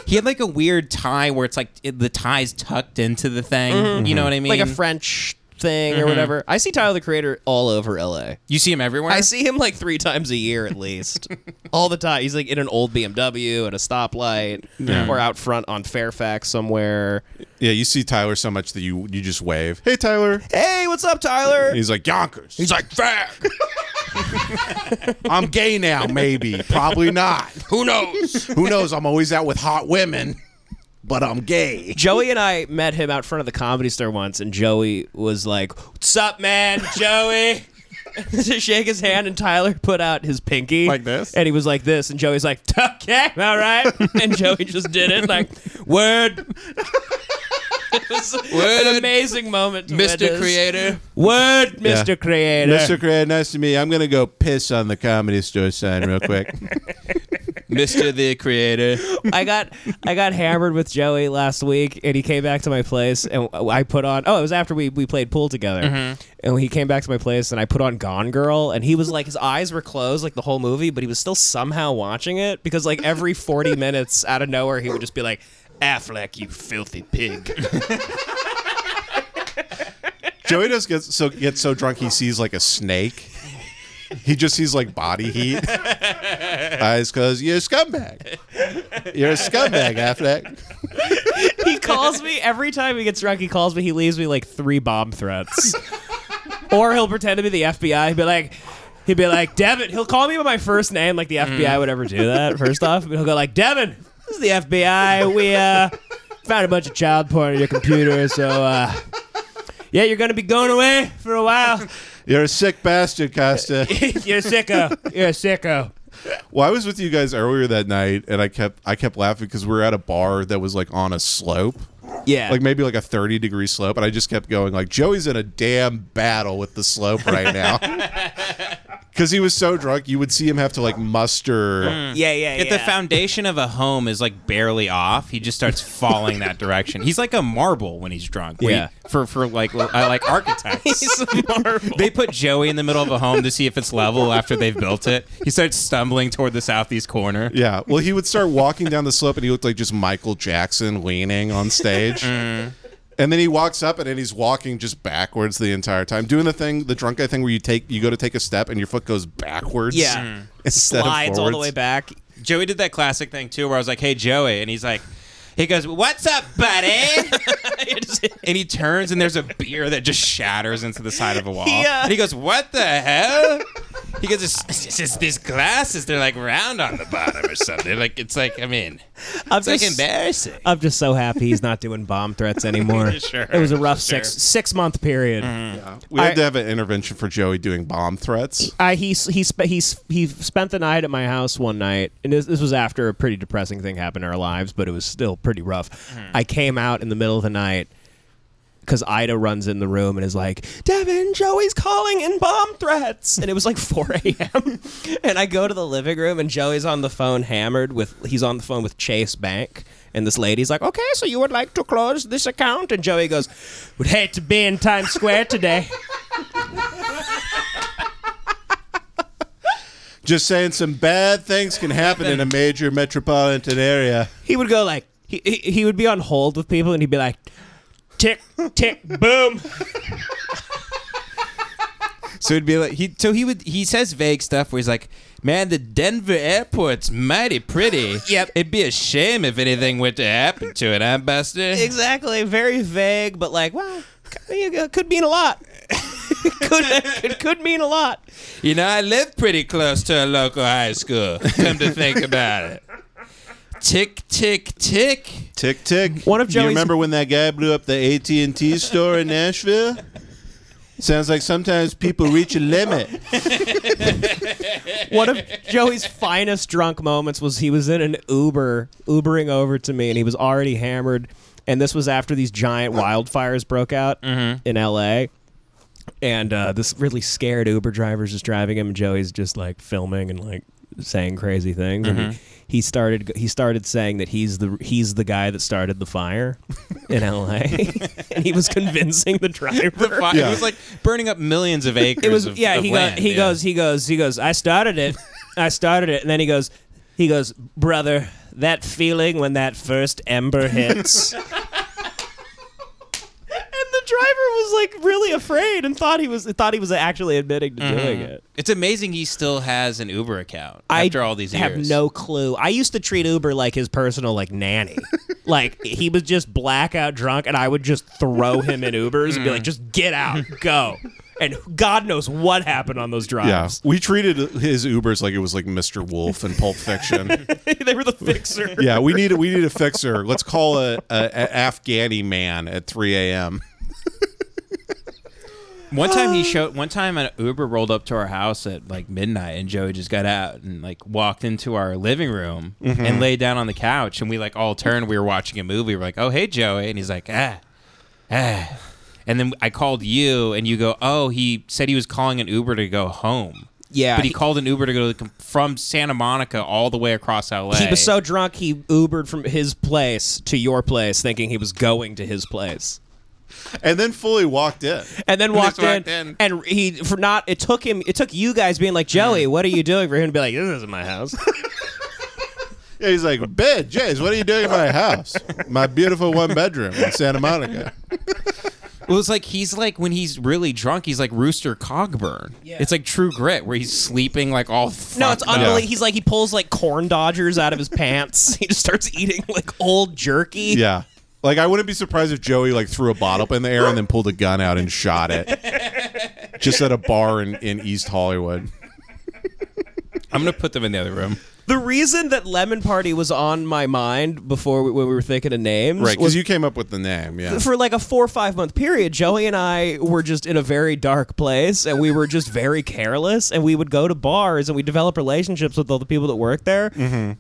Speaker 2: He had like a weird tie where it's like it, the tie's tucked into the thing. You know what I mean?
Speaker 6: Mm-hmm. like a French thing or whatever. Mm-hmm. I see Tyler the Creator all over LA.
Speaker 2: You see him everywhere.
Speaker 6: I see him like three times a year at least, all the time. He's like in an old BMW at a stoplight, or out front on Fairfax somewhere.
Speaker 1: yeah, you see Tyler so much that you you just wave, "Hey, Tyler!"
Speaker 6: Hey, what's up, Tyler?
Speaker 1: And he's like, "Yonkers." He's like, "Fuck." I'm gay now, maybe, probably not. Who knows? Who knows? I'm always out with hot women, but I'm gay.
Speaker 6: Joey and I met him out front of the comedy store once, and Joey was like, "What's up, man, Joey?" to shake his hand, and Tyler put out his pinky
Speaker 1: Like this?
Speaker 6: and he was like this, and Joey's like, "Okay, all right," and Joey just did it like word. it was an amazing moment, to witness.
Speaker 2: Creator.
Speaker 6: Word,
Speaker 1: Yeah.
Speaker 6: Mr. Creator.
Speaker 1: Mr. Craig, nice to meet you. I'm going to go piss on the comedy store sign real quick.
Speaker 2: Mr. the Creator.
Speaker 6: I got I got hammered with Joey last week, and he came back to my place, and I put on. Oh, it was after we, we played pool together, and he came back to my place, and I put on Gone Girl, and he was like, his eyes were closed like the whole movie, but he was still somehow watching it because like every forty minutes out of nowhere, he would just be like, "Affleck, you filthy pig."
Speaker 1: Joey just gets so gets so drunk he sees like a snake. He just sees like body heat. Eyes closed. You're a scumbag. You're a scumbag, Affleck.
Speaker 6: he calls me every time he gets drunk. He calls me. He leaves me like three bomb threats, or he'll pretend to be the FBI. He'd be like, he'd be like, Devin. He'll call me by my first name, like the FBI would ever do that. First off, but he'll go like, Devin. This is the FBI. We uh, found a bunch of child porn on your computer, so uh, yeah, you're gonna be going away for a while.
Speaker 1: You're a sick bastard, Costa.
Speaker 6: you're a sicko. You're a sicko.
Speaker 1: Well, I was with you guys earlier that night, and I kept I kept laughing because we were at a bar that was like on a slope,
Speaker 6: Yeah.
Speaker 1: like maybe like a thirty degree slope, and I just kept going like Joey's in a damn battle with the slope right now. Because he was so drunk, you would see him have to like muster.
Speaker 6: yeah, yeah,
Speaker 2: If the foundation of a home is like barely off, he just starts falling that direction. He's like a marble when he's drunk. where
Speaker 6: Yeah.
Speaker 2: he- for for like li- I like architects. They put Joey in the middle of a home to see if it's level after they've built it. He starts stumbling toward the southeast corner.
Speaker 1: Yeah. Well, he would start walking down the slope and he looked like just Michael Jackson leaning on stage. And then he walks up and then he's walking just backwards the entire time, doing the thing, the drunk guy thing where you take you go to take a step and your foot goes backwards.
Speaker 6: Yeah. Mm.
Speaker 1: Instead
Speaker 6: slides
Speaker 1: of
Speaker 6: all
Speaker 1: forwards.
Speaker 6: the way back.
Speaker 2: Joey did that classic thing too, where I was like, "Hey, Joey," and he's like, he goes, "What's up, buddy?" and he turns, and there's a beer that just shatters into the side of a wall.
Speaker 6: Yeah.
Speaker 2: And he goes, "What the hell?" He goes, it's, it's just these glasses. They're like round on the bottom or something. Like it's like I mean,
Speaker 6: I'm
Speaker 2: it's like embarrassing.
Speaker 6: I'm just so happy he's not doing bomb threats anymore.
Speaker 2: Sure,
Speaker 6: it was a rough
Speaker 2: sure. Mm-hmm.
Speaker 6: six six month period.
Speaker 1: We had
Speaker 6: I-
Speaker 1: to have an intervention for Joey doing bomb threats.
Speaker 6: I he s- he spe- he s- he spent the night at my house one night, and this, this was after a pretty depressing thing happened in our lives, but it was still pretty rough. I came out in the middle of the night because Ida runs in the room and is like, "Devin, Joey's calling in bomb threats," and it was like 4 a.m. and I go to the living room and Joey's on the phone hammered with he's on the phone with Chase Bank. And this lady's like, okay, so you would like to close this account? And Joey goes, would hate to be in Times Square today.
Speaker 1: Just saying, some bad things can happen in a major metropolitan area.
Speaker 6: he would go like, he, he, he would be on hold with people and he'd be like, tick, tick, boom.
Speaker 2: So it'd be like he. So he would. He says vague stuff where he's like, "Man, the Denver airport's mighty pretty.
Speaker 6: Yep.
Speaker 2: It'd be a shame if anything went to happen to it, huh, Buster?
Speaker 6: Exactly. Very vague, but like, well, it could mean a lot. could, it could mean a lot.
Speaker 2: You know, I live pretty close to a local high school. Come to think about it. Tick, tick, tick.
Speaker 1: Tick tick.
Speaker 6: One of
Speaker 1: Do You
Speaker 6: Joey's-
Speaker 1: remember when that guy blew up the AT and T store in Nashville? Sounds like sometimes people reach a limit.
Speaker 6: One of Joey's finest drunk moments was he was in an Uber, Ubering over to me, and he was already hammered. And this was after these giant wildfires broke out in LA. And uh, this really scared Uber driver's just driving him, and Joey's just like filming and like saying crazy things. And he, he started he started saying that he's the he's the guy that started the fire in LA, and he was convincing the driver.
Speaker 2: Fi-
Speaker 1: Yeah.
Speaker 2: It was like burning up millions of acres.
Speaker 6: It was
Speaker 2: of,
Speaker 6: yeah.
Speaker 2: of
Speaker 6: he
Speaker 2: land,
Speaker 6: goes. He
Speaker 2: yeah.
Speaker 6: goes. He goes. He goes. I started it. I started it, and then he goes. He goes, brother. That feeling when that first ember hits. and the driver was like really afraid and thought he was thought he was actually admitting to doing it.
Speaker 2: It's amazing he still has an Uber account after all these years.
Speaker 6: have no clue. I used to treat Uber like his personal like nanny. like he was just blackout drunk, and I would just throw him in Ubers and be like, "Just get out, go." And God knows what happened on those
Speaker 1: Yeah,
Speaker 6: drives.
Speaker 1: we treated his Ubers like it was like Mr. Wolf in Pulp Fiction.
Speaker 6: they were the fixer.
Speaker 1: yeah, we need a, we need a fixer. Let's call a, a, a Afghani man at 3 a.m.
Speaker 2: One time
Speaker 6: Uh.
Speaker 2: he showed. One time an Uber rolled up to our house at like midnight, and Joey just got out and like walked into our living room and laid down on the couch, and we like all turned. We were watching a movie. We're like, "Oh hey Joey," and he's like, "Ah, ah," and then I called you, and you go, "Oh, he said he was calling an Uber to go home."
Speaker 6: Yeah,
Speaker 2: but he,
Speaker 6: he-
Speaker 2: called an Uber to go to the, from Santa Monica all the way across LA.
Speaker 6: He was so drunk he Ubered from his place to your place, thinking he was going to his place,
Speaker 1: and then fully walked in.
Speaker 6: and then walked,
Speaker 2: just
Speaker 6: in,
Speaker 2: walked in.
Speaker 6: And he for not it took him it took you guys being like
Speaker 2: Mm.
Speaker 6: Joey, what are you doing for him to be like this isn't my house.
Speaker 1: Yeah, he's like, "Bed, Jays, what are you doing in my house? My beautiful one bedroom in Santa Monica."
Speaker 2: It was like he's like when he's really drunk, he's like Rooster Cogburn. It's like True Grit, where he's sleeping like all.
Speaker 6: No, it's
Speaker 2: fucked up.
Speaker 6: unbelievable. He's like he pulls like corn dodgers out of his pants. He just starts eating like old jerky.
Speaker 1: Yeah. Like I wouldn't be surprised if Joey like threw a bottle up in the air and then pulled a gun out and shot it. Just at a bar in, in East Hollywood.
Speaker 2: I'm gonna put them in the other room.
Speaker 6: The reason that Lemon Party was on my mind before we, when we were thinking of names
Speaker 1: Right,
Speaker 6: was
Speaker 1: because you came up with the name, yeah.
Speaker 6: for like a four or five month period, Joey and I were just in a very dark place and we were just very careless and we would go to bars and we develop relationships with all the people that work there.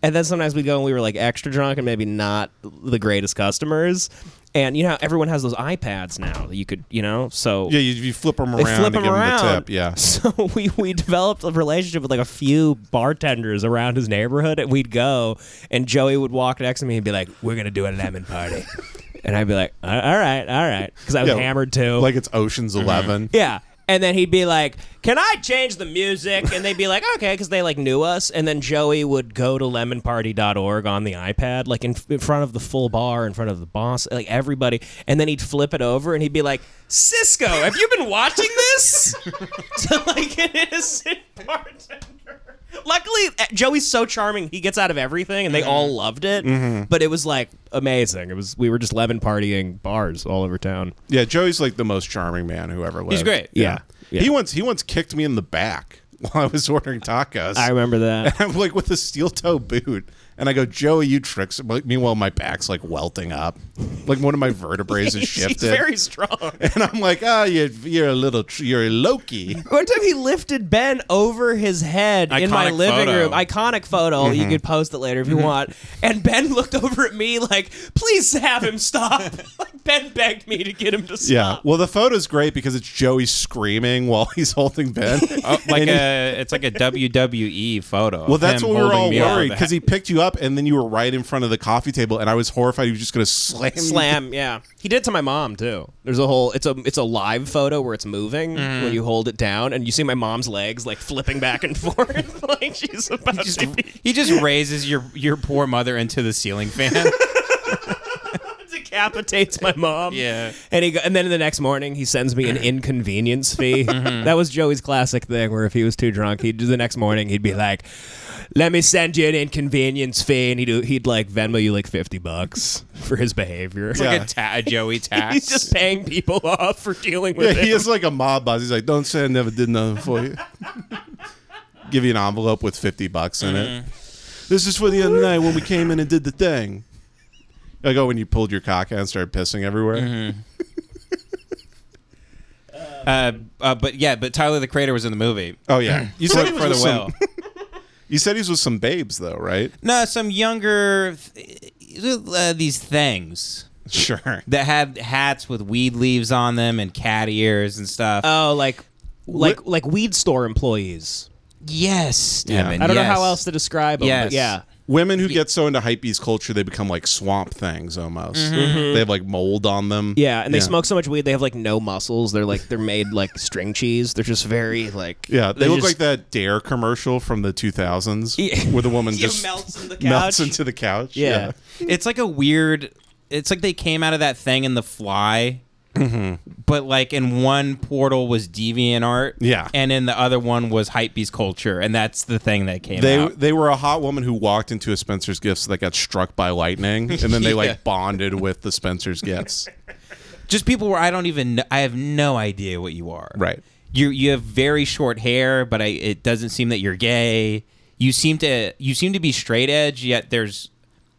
Speaker 6: And then sometimes we'd go and we were like extra drunk and maybe not the greatest customers. And you know, how everyone has those iPads now that you could, you know, so
Speaker 1: Yeah, you, you flip them around
Speaker 6: they flip
Speaker 1: to
Speaker 6: them
Speaker 1: give
Speaker 6: around.
Speaker 1: them the tip. Yeah.
Speaker 6: So we, we developed a relationship with like a few bartenders around his neighborhood, and we'd go, and Joey would walk next to me and be like, "We're gonna do a lemon party," and I'd be like, "All all right, all right," because I was
Speaker 1: Yeah,
Speaker 6: hammered too.
Speaker 1: Like it's Ocean's 11
Speaker 6: yeah. And then he'd be like, "Can I change the music?" And they'd be like, "Okay," because they like knew us. And then Joey would go to lemonparty.org on the iPad, like in, in front of the full bar, in front of the boss, like everybody. And then he'd flip it over and he'd be like, "Cisco, have you been watching this?" to like an innocent bartender. Luckily, eh, Joey's so charming; he gets out of everything, and they all loved it. But it was like amazing. It was we were just lemon partying bars all over town.
Speaker 1: Yeah, Joey's like the most charming man who ever lived.
Speaker 2: He's great.
Speaker 6: Yeah. Yeah.
Speaker 1: He once he once kicked me in the back while I was ordering tacos.
Speaker 6: I remember that.
Speaker 1: I'm like with a steel toe boot. And I go, Joey, you tricks. Like, meanwhile, my back's like welting up. Like one of my vertebrae is shifted.
Speaker 6: He's very strong.
Speaker 1: And I'm like, ah, you're, you're a little, tr- you're a Loki.
Speaker 6: One time he lifted Ben over his head in my
Speaker 2: Iconic
Speaker 6: living
Speaker 2: photo.
Speaker 6: room. Iconic photo. You could Mm-hmm. post it later if you want. And Ben looked over at me like, please have him stop. like,
Speaker 7: Ben begged me to get him to
Speaker 1: Yeah.
Speaker 7: stop.
Speaker 1: Well, the photo's great because it's Joey screaming while he's holding Ben.
Speaker 2: Oh, like
Speaker 1: And he-
Speaker 2: a, it's like a WWE photo. of
Speaker 1: well, that's
Speaker 2: him
Speaker 1: what we were
Speaker 2: holding
Speaker 1: all
Speaker 2: me over
Speaker 1: worried
Speaker 2: the-
Speaker 1: because he picked you up and then you were right in front of the coffee table, and I was horrified he was just going to slam. you.
Speaker 6: Slam, yeah. He did it to my mom too. There's a whole it's a it's a live photo where it's moving
Speaker 2: Mm-hmm.
Speaker 6: when you hold it down and you see my mom's legs like flipping back and forth like she's about to be
Speaker 2: he just raises your your poor mother into the ceiling fan.
Speaker 6: decapitates my mom.
Speaker 2: Yeah.
Speaker 6: And he go- and then the next morning he sends me an inconvenience fee.
Speaker 2: Mm-hmm.
Speaker 6: That was Joey's classic thing where if he was too drunk, he'd the next morning he'd be like, "Let me send you an inconvenience fee," and he'd he'd like Venmo you like fifty bucks for his behavior.
Speaker 2: like a, ta- a Joey tax.
Speaker 6: He's just paying people off for dealing
Speaker 1: Yeah,
Speaker 6: with
Speaker 1: he
Speaker 6: it.
Speaker 1: is like a mob boss. He's like, don't say I never did nothing for you. Give you an envelope with 50 bucks in it.
Speaker 2: Mm-hmm.
Speaker 1: This is for the other night when we came in and did the thing. Like, oh, when you pulled your cock out and started pissing everywhere.
Speaker 2: Mm-hmm. uh, uh, but yeah, but Tyler the Creator was in the movie.
Speaker 1: Oh, yeah. You
Speaker 2: For,
Speaker 1: said, he was
Speaker 2: for the
Speaker 1: with some,
Speaker 2: whale.
Speaker 1: you said he's with some babes, though, right?
Speaker 2: no, some younger uh, these things
Speaker 1: Sure.
Speaker 2: that had hats with weed leaves on them and cat ears and stuff.
Speaker 6: Oh, like like like weed store employees.
Speaker 2: yes,
Speaker 1: Yeah.
Speaker 2: Devin,
Speaker 6: I don't know
Speaker 2: yes.
Speaker 6: how else to describe them.
Speaker 2: Yes.
Speaker 6: But yeah.
Speaker 1: Women who get so into hypebeast culture, they become like swamp things almost.
Speaker 7: Mm-hmm.
Speaker 1: They have like mold on them.
Speaker 6: Yeah, and they smoke so much weed they have like no muscles. They're like they're made like string cheese. They're just very like
Speaker 1: Yeah, they
Speaker 6: they're
Speaker 1: look
Speaker 6: just-
Speaker 1: like that Dare commercial from the 2000s where the woman just
Speaker 7: melts in the
Speaker 1: melts
Speaker 7: couch.
Speaker 1: into the couch.
Speaker 6: Yeah.
Speaker 2: It's like a weird. It's like they came out of that thing in The Fly,
Speaker 6: Mm-hmm.
Speaker 2: but like in one portal was deviant art,
Speaker 1: Yeah.
Speaker 2: and in the other one was hypebeast culture, and that's the thing that came
Speaker 1: They
Speaker 2: out.
Speaker 1: they were a hot woman who walked into a Spencer's Gifts that got struck by lightning, and then they
Speaker 2: Yeah.
Speaker 1: like bonded with the Spencer's Gifts.
Speaker 2: Just people where I don't even. Know, I have no idea what you are.
Speaker 1: Right.
Speaker 2: You you have very short hair, but I, it doesn't seem that you're gay. You seem to you seem to be straight edge, yet there's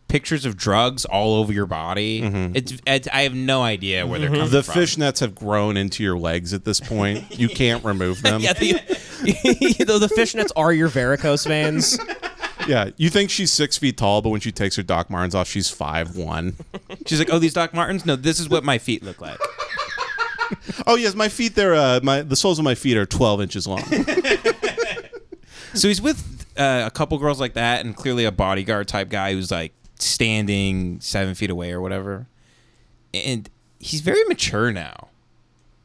Speaker 2: pictures of drugs all over your body. It's, it's I have no idea where they're coming
Speaker 1: Mm-hmm. The
Speaker 2: from.
Speaker 1: fishnets have grown into your legs at this point. You can't remove them.
Speaker 6: Yeah, the, the, the fishnets are your varicose veins.
Speaker 1: Yeah, you think she's six feet tall, but when she takes her Doc Martens off, she's five one.
Speaker 2: She's like, oh, these Doc Martens? No, this is what my feet look like.
Speaker 1: Oh yes, my feet. They're uh, my the soles of my feet are twelve inches long.
Speaker 2: So he's with uh, a couple girls like that, and clearly a bodyguard type guy who's like standing seven feet away or whatever. And he's very mature now.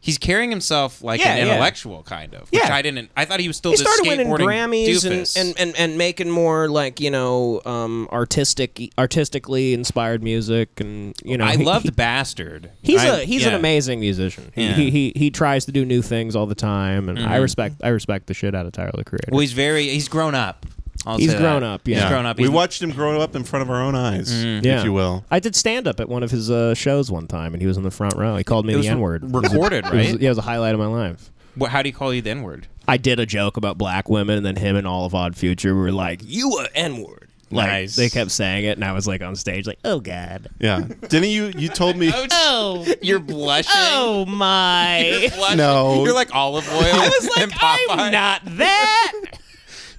Speaker 2: He's carrying himself like
Speaker 6: Yeah,
Speaker 2: an
Speaker 6: yeah.
Speaker 2: intellectual, kind of. Which
Speaker 6: Yeah.
Speaker 2: I didn't. I thought he was still.
Speaker 6: He
Speaker 2: this
Speaker 6: started winning
Speaker 2: skateboarding
Speaker 6: Grammys
Speaker 2: doofus.
Speaker 6: and, and, and, and making more like you know um, artistic artistically inspired music and you know
Speaker 2: I
Speaker 6: he-
Speaker 2: loved
Speaker 6: he-
Speaker 2: Bastard.
Speaker 6: He's
Speaker 2: a
Speaker 6: a he's an amazing musician. He,
Speaker 2: Yeah. Mm-hmm.
Speaker 6: he, he he tries to do new things all the time, and I respect I respect the shit out of Tyler the Creator.
Speaker 2: Well, he's very. He's grown up. I'll
Speaker 6: He's
Speaker 2: say that.
Speaker 6: grown up, yeah.
Speaker 2: He's grown up.
Speaker 1: We
Speaker 2: He's-
Speaker 1: watched him grow up in front of our own eyes,
Speaker 6: Yeah.
Speaker 1: if you will.
Speaker 6: I did stand up at one of his uh, shows one time, and he was in the front row. He called me
Speaker 2: It was
Speaker 6: the N word.
Speaker 2: recorded, right?
Speaker 6: yeah, it was a highlight of my life.
Speaker 2: What- how do you call you the N word?
Speaker 6: I did a joke about black women, and then him and all of Odd Future were like, "You a N word." Like
Speaker 2: Nice.
Speaker 6: they kept saying it, and I was like on stage, like, "Oh God."
Speaker 1: Yeah, didn't you? You told me.
Speaker 5: Oh,
Speaker 2: You're blushing.
Speaker 5: oh my.
Speaker 2: Blushing.
Speaker 1: No.
Speaker 2: You're like olive oil. I was like, and Popeye.
Speaker 5: I'm not that.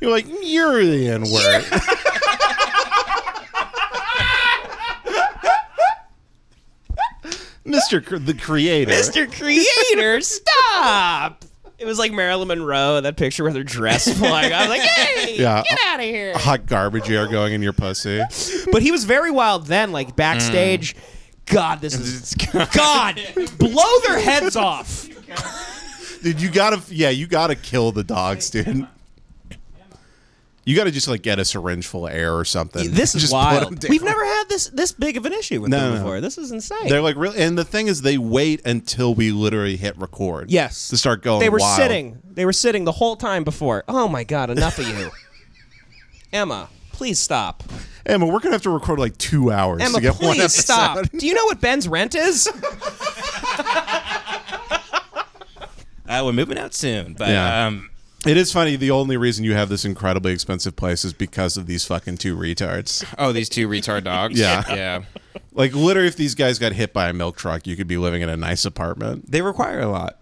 Speaker 1: You're like you're the N word. Mr. Cr- the creator.
Speaker 6: Mr. Creator, stop! It was like Marilyn Monroe, that picture with her dress flying. I was like, "Hey!"
Speaker 1: Yeah.
Speaker 5: Get out of here.
Speaker 1: Hot garbage air going in your pussy.
Speaker 6: But he was very wild then, like
Speaker 1: Mm.
Speaker 6: backstage. God, this is God. blow their heads off.
Speaker 1: Dude, you gotta, yeah, you gotta kill the dogs, dude. You gotta just like get a syringe full of air or something.
Speaker 6: This is
Speaker 1: Just put them
Speaker 6: wild.
Speaker 1: down.
Speaker 6: We've never had this this big of an issue with
Speaker 1: No,
Speaker 6: them
Speaker 1: no, no.
Speaker 6: before. This is insane.
Speaker 1: They're like really, and the thing is, they wait until we literally hit record.
Speaker 6: Yes.
Speaker 1: to start going.
Speaker 6: They were
Speaker 1: wild.
Speaker 6: sitting. They were sitting the whole time before. Oh my god, enough of you. Emma, please stop.
Speaker 1: Emma, we're gonna have to record like two hours
Speaker 6: Emma,
Speaker 1: to get one
Speaker 6: please
Speaker 1: episode.
Speaker 6: stop. Do you know what Ben's rent is?
Speaker 2: Uh, we're moving out soon, but
Speaker 1: Yeah.
Speaker 2: um,
Speaker 1: It is funny. The only reason you have this incredibly expensive place is because of these fucking two retards.
Speaker 2: oh, these two retard dogs.
Speaker 1: Yeah.
Speaker 2: yeah.
Speaker 1: Like literally, if these guys got hit by a milk truck, you could be living in a nice apartment.
Speaker 2: They require a lot.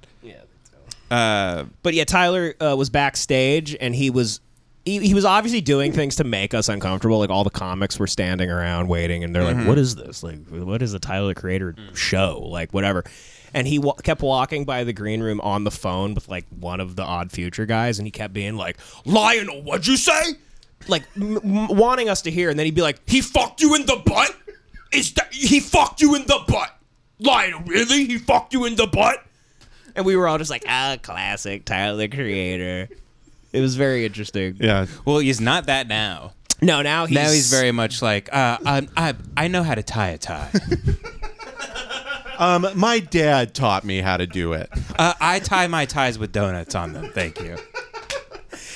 Speaker 6: But yeah, Tyler uh, was backstage and he was
Speaker 3: he, he was obviously doing things to make us uncomfortable. Like all the comics were standing around waiting, and they're like, "What is this? Like, what is the Tyler the Creator show? Like, whatever." And he wa- kept walking by the green room on the phone with like one of the Odd Future guys, and he kept being like, "Lionel, what'd you say?" Like m- m- wanting us to hear, and then he'd be like, "He fucked you in the butt? Is that he fucked you in the butt? Lionel, really? He fucked you in the butt?" And we were all just like, "Ah, classic Tyler the Creator."
Speaker 6: It was very interesting.
Speaker 1: Yeah.
Speaker 2: Well, he's not that now.
Speaker 3: No, Oh, now he's
Speaker 2: Now he's very much like, uh, I, I, I know how to tie a tie.
Speaker 1: Um, my dad taught me how to do it.
Speaker 2: Uh, I tie my ties with donuts on them. Thank you.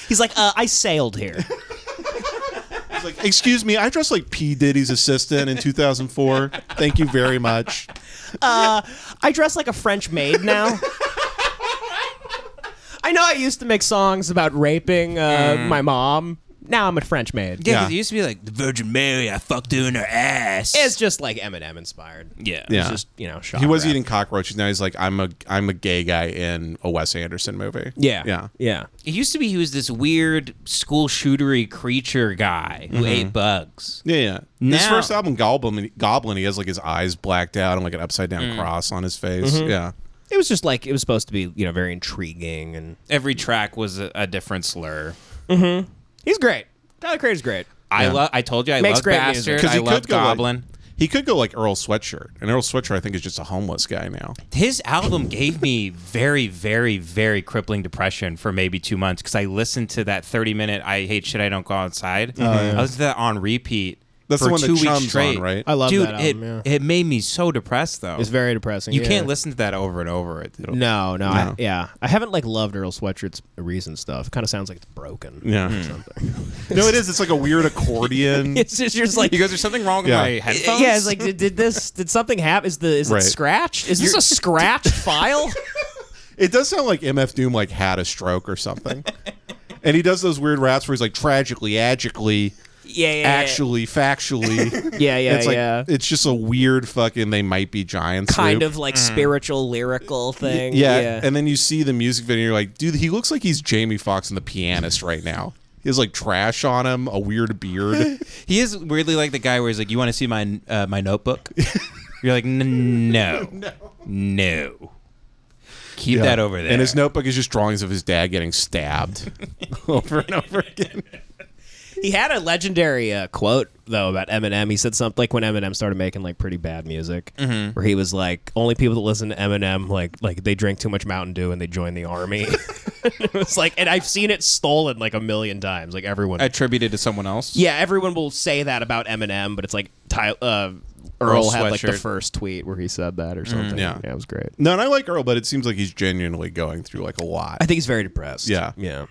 Speaker 3: He's like, uh, I sailed here.
Speaker 1: It's like, excuse me, I dressed like P. Diddy's assistant in 2004. Thank you very much.
Speaker 3: I dress like a French maid now. I know I used to make songs about raping uh,
Speaker 1: Mm.
Speaker 3: my mom. Now I'm a French maid.
Speaker 2: Yeah, 'cause
Speaker 1: Yeah.
Speaker 2: it used to be like the Virgin Mary. I fucked her in her ass.
Speaker 3: It's just like Eminem inspired.
Speaker 2: yeah.
Speaker 1: Yeah.
Speaker 3: It's just, you know, shot
Speaker 1: he was
Speaker 3: rap.
Speaker 1: eating cockroaches. Now he's like, I'm a I'm a gay guy in a Wes Anderson movie.
Speaker 3: Yeah.
Speaker 1: Yeah.
Speaker 3: Yeah.
Speaker 2: It used to be he was this weird school shootery creature guy who ate bugs.
Speaker 1: Yeah, yeah. His
Speaker 2: Now-
Speaker 1: first album, Goblin, Goblin, he has like his eyes blacked out and like an upside down
Speaker 2: Mm.
Speaker 1: cross on his face.
Speaker 2: Mm-hmm.
Speaker 1: Yeah.
Speaker 3: It was just like, it was supposed to be, you know, very intriguing. And
Speaker 2: Every track was a, a different slur.
Speaker 3: he's great. Tyler Creator's great.
Speaker 2: I
Speaker 1: Yeah.
Speaker 2: love. I told you I
Speaker 3: Makes
Speaker 2: love
Speaker 3: great music.
Speaker 2: Bastard.
Speaker 1: 'Cause
Speaker 2: I
Speaker 1: he
Speaker 2: love
Speaker 1: could go like-
Speaker 2: Goblin.
Speaker 1: He could go like Earl Sweatshirt, and Earl Sweatshirt I think is just a homeless guy now.
Speaker 2: His album gave me very, very, very crippling depression for maybe two months because I listened to that 30 minute I Hate Shit I Don't Go
Speaker 6: Oh,
Speaker 2: Outside. I listened to that on repeat.
Speaker 1: That's
Speaker 2: for
Speaker 1: the one that
Speaker 2: two weeks
Speaker 1: Chum's on,
Speaker 2: straight.
Speaker 1: right?
Speaker 6: I love
Speaker 2: Dude,
Speaker 6: that
Speaker 2: it,
Speaker 6: album,
Speaker 2: it made me so depressed though.
Speaker 6: It's very depressing.
Speaker 2: you
Speaker 6: yeah.
Speaker 2: can't listen to that over and over. It- it'll-
Speaker 3: Oh,
Speaker 6: No, no, I,
Speaker 1: No.
Speaker 6: yeah. I haven't like loved Earl Sweatshirt's recent stuff. It kind of sounds like it's broken.
Speaker 1: Yeah. no, it is. It's like a weird accordion.
Speaker 3: It's just, you're just like,
Speaker 2: You guys, there's something wrong with
Speaker 1: Yeah.
Speaker 2: my
Speaker 1: Yeah,
Speaker 2: headphones.
Speaker 3: yeah, it's like, did, did this, did something happen? Is the, is
Speaker 1: Right.
Speaker 3: it scratched? Is this a scratched file?
Speaker 1: It does sound like MF Doom like had a stroke or something. and he does those weird raps where he's like tragically, agically,
Speaker 3: Yeah, yeah, yeah.
Speaker 1: actually, factually.
Speaker 3: Yeah, yeah,
Speaker 1: it's like
Speaker 3: yeah.
Speaker 1: it's just a weird fucking they might be giants.
Speaker 3: kind
Speaker 1: loop.
Speaker 3: of like spiritual lyrical thing.
Speaker 1: Mm. Yeah.
Speaker 3: yeah.
Speaker 1: And then you see the music video, you're like, dude, he looks like he's Jamie Foxx in the pianist right now. He has like trash on him, a weird beard.
Speaker 2: He is weirdly like the guy where he's like, "You want to see my uh, my notebook?" You're like, "N- "No, no, no." Keep that over there.
Speaker 1: And his notebook is just drawings of his dad getting stabbed over and over again.
Speaker 3: He had a legendary uh, quote though about Eminem. He said something like when Eminem started making like pretty bad music,
Speaker 1: Mm-hmm.
Speaker 3: where he was like, "Only people that listen to Eminem like like they drink too much Mountain Dew and they join the army." it was like, and I've seen it stolen like a million times. Like everyone,
Speaker 2: attributed to someone else.
Speaker 3: yeah, everyone will say that about Eminem, but it's like Ty- uh, Earl,
Speaker 2: Earl
Speaker 3: had like the
Speaker 2: Sweatshirt.
Speaker 3: first tweet where he said that or something.
Speaker 1: yeah.
Speaker 3: it was great.
Speaker 1: No, and I like Earl, but it seems like he's genuinely going through like a lot.
Speaker 3: I think he's very depressed.
Speaker 1: Yeah.
Speaker 3: yeah,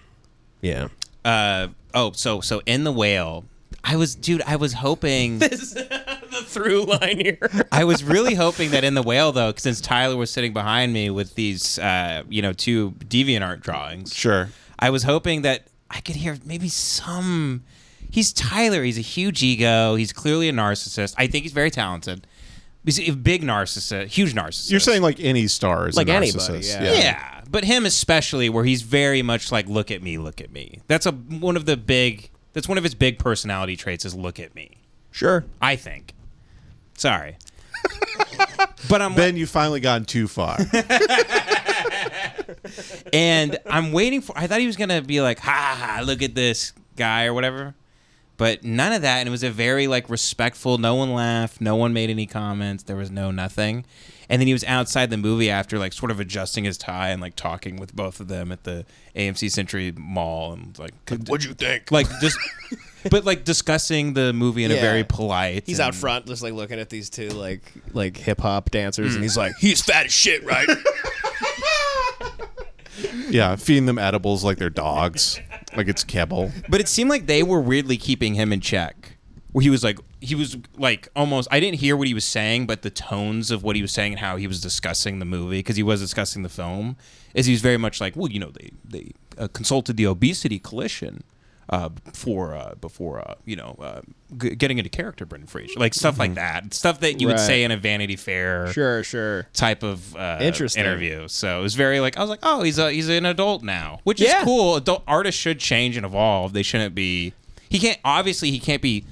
Speaker 3: yeah.
Speaker 2: Uh, oh, so so in the whale, I was, dude, I was hoping,
Speaker 7: the through line here.
Speaker 2: I was really hoping that in the whale though, since Tyler was sitting behind me with these, uh, you know, two deviant art drawings.
Speaker 1: Sure.
Speaker 2: I was hoping that I could hear maybe some. He's Tyler. He's a huge ego. He's clearly a narcissist. I think he's very talented. He's a big narcissist, huge narcissist.
Speaker 1: You're saying like any star is
Speaker 3: Like
Speaker 1: a
Speaker 3: anybody,
Speaker 1: narcissist.
Speaker 3: yeah.
Speaker 2: yeah. but him especially, where he's very much like, "Look at me, look at me." That's a one of the big. That's one of his big personality traits is "Look at me."
Speaker 3: Sure.
Speaker 2: I think. Sorry, but I'm
Speaker 1: Ben, you've finally gone too far.
Speaker 2: and I'm waiting for. I thought he was gonna be like, "Ha ha, look at this guy" or whatever, but none of that. And it was a very like respectful. No one laughed. No one made any comments. There was no nothing. And then he was outside the movie after like sort of adjusting his tie and like talking with both of them at the AMC Century Mall and like, "What'd you think?" Like just. But like discussing the movie in a
Speaker 6: Yeah.
Speaker 2: very polite.
Speaker 6: He's
Speaker 2: and-
Speaker 6: out front, just like looking at these two like like hip hop dancers,
Speaker 3: Mm.
Speaker 6: and he's like, he's fat as shit, right?
Speaker 1: yeah. Feeding them edibles like they're dogs. Like it's kibble.
Speaker 2: But it seemed like they were weirdly keeping him in check. Where he was like, he was like almost. I didn't hear what he was saying, but the tones of what he was saying and how he was discussing the movie, because he was discussing the film, is he was very much like, well, you know, they they uh, consulted the obesity coalition uh, before uh, before uh, you know uh, g- getting into character Brendan Fraser, like stuff like that, stuff that you would
Speaker 3: Right.
Speaker 2: say in a Vanity Fair
Speaker 3: Sure, sure.
Speaker 2: type of uh,
Speaker 3: Interesting.
Speaker 2: interview. So it was very like I was like, oh, he's a, he's an adult now, which
Speaker 3: Yeah.
Speaker 2: is cool. Adult artists should change and evolve. They shouldn't be. He can't obviously he can't be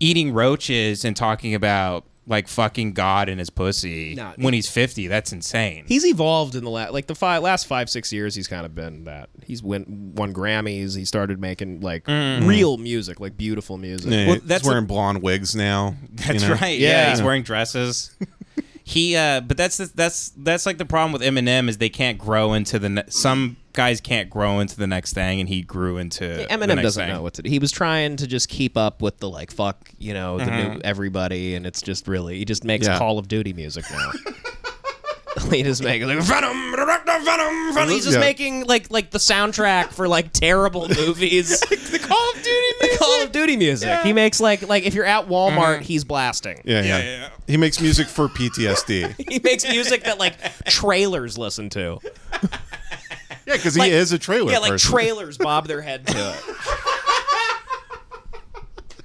Speaker 2: eating roaches and talking about like fucking God and his pussy
Speaker 3: No,
Speaker 2: when he's fifty. That's insane.
Speaker 3: He's evolved in the last like the five, last five six years. He's kind of been that. He's win won Grammys. He started making like real music, like beautiful music.
Speaker 1: Yeah,
Speaker 2: Well,
Speaker 1: he's
Speaker 2: that's
Speaker 1: wearing blonde wigs now.
Speaker 2: That's
Speaker 1: you know?
Speaker 2: right.
Speaker 3: Yeah.
Speaker 2: Yeah. he's wearing dresses. he, uh, but that's the, that's that's like the problem with Eminem is they can't grow into the ne- some guys can't grow into the next thing, and he grew into the
Speaker 3: Eminem
Speaker 2: next
Speaker 3: doesn't
Speaker 2: thing.
Speaker 3: know what to do. He was trying to just keep up with the like fuck, you know, the
Speaker 6: Mm-hmm.
Speaker 3: new everybody, and it's just really he just makes
Speaker 1: Yeah.
Speaker 3: Call of Duty music now. he just makes like Venom, Director Venom, Venom. He's just
Speaker 1: Yeah.
Speaker 3: making like like the soundtrack for like terrible movies. the Call of Duty music. Call of Duty music. He makes like like if you're at
Speaker 6: Mm-hmm.
Speaker 3: Walmart, he's blasting.
Speaker 1: Yeah, yeah,
Speaker 2: yeah.
Speaker 1: He makes music for PTSD.
Speaker 3: He makes music that like trailers listen to.
Speaker 1: yeah, because he is a trailer
Speaker 3: Yeah, like
Speaker 1: person.
Speaker 3: trailers bob their head to it.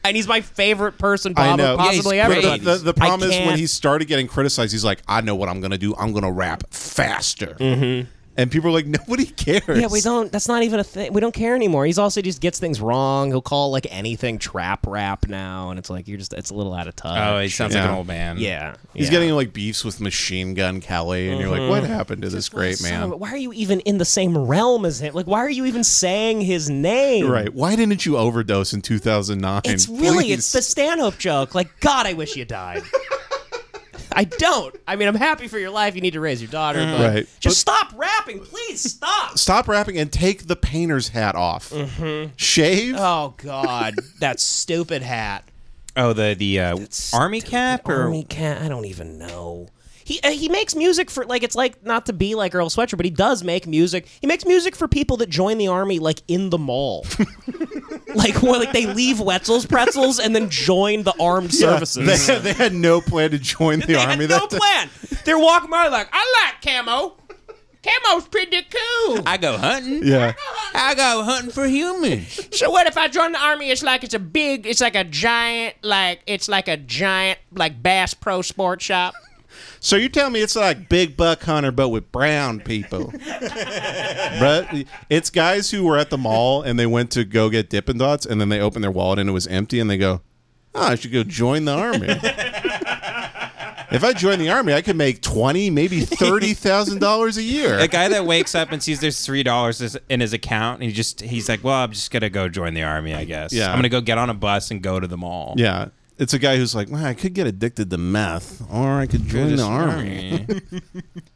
Speaker 3: and he's my favorite person
Speaker 1: I
Speaker 3: Bob
Speaker 1: know.
Speaker 3: of
Speaker 1: Yeah, he's
Speaker 3: possibly
Speaker 2: great.
Speaker 1: But
Speaker 3: ever.
Speaker 1: the, the, the problem is when
Speaker 3: can't-
Speaker 1: he started getting criticized, he's like, I know what I'm going to do. I'm going to rap faster.
Speaker 3: Mm-hmm.
Speaker 1: And people are like, nobody cares.
Speaker 3: Yeah, we don't. That's not even a thing. We don't care anymore. He's also just gets things wrong. He'll call like anything trap rap now, and it's like you're just. It's a little out of touch.
Speaker 2: Oh, he sounds like
Speaker 1: Yeah.
Speaker 2: an old man.
Speaker 3: yeah.
Speaker 1: He's
Speaker 3: yeah. Mm-hmm.
Speaker 1: getting like beefs with Machine Gun Kelly, and you're like, what happened to this great
Speaker 3: Son of a-
Speaker 1: man?
Speaker 3: Why are you even in the same realm as him? Like, why are you even saying his name?
Speaker 1: Right. Why didn't you overdose in 2009?
Speaker 3: It's really
Speaker 1: Please.
Speaker 3: it's the Stanhope joke. Like, God, I wish you died. I don't. I mean, I'm happy for your life. You need to raise your daughter, but
Speaker 1: Right.
Speaker 3: just stop rapping, please stop.
Speaker 1: Stop rapping and take the painter's hat off. Shave.
Speaker 3: Mm-hmm. Oh God, that stupid hat.
Speaker 2: Oh, the the uh, army cap or
Speaker 3: Army cat. I don't even know. He uh, he makes music for like it's like not to be like Earl Sweatshirt, but he does make music. He makes music for people that join the army like in the mall. like well, like they leave Wetzel's Pretzels and then join the armed services.
Speaker 1: They, they had no plan to join the
Speaker 3: they
Speaker 1: army.
Speaker 3: had no
Speaker 1: that day.
Speaker 3: plan. They're walking by like, I like
Speaker 8: Camo. Camo's pretty cool.
Speaker 2: I go hunting.
Speaker 1: Yeah.
Speaker 2: I go hunting for humans.
Speaker 8: So what if I join the army? It's like it's a big, it's like a giant, like it's like a giant, like Bass Pro Sports Shop.
Speaker 1: So you tell me it's like Big Buck Hunter, but with brown people, right? It's guys who were at the mall and they went to go get Dippin' Dots, and then they opened their wallet and it was empty, and they go, "Oh, I should go join the army." if I join the army, I could make twenty, maybe thirty thousand dollars a year.
Speaker 2: The guy that wakes up and sees there's three dollars in his account, and he just he's like, "Well, I'm just gonna go join the army, I guess.
Speaker 1: Yeah.
Speaker 2: I'm gonna go get on a bus and go to the mall."
Speaker 1: Yeah, it's a guy who's like, "Well, I could get addicted to meth, or I could join the army."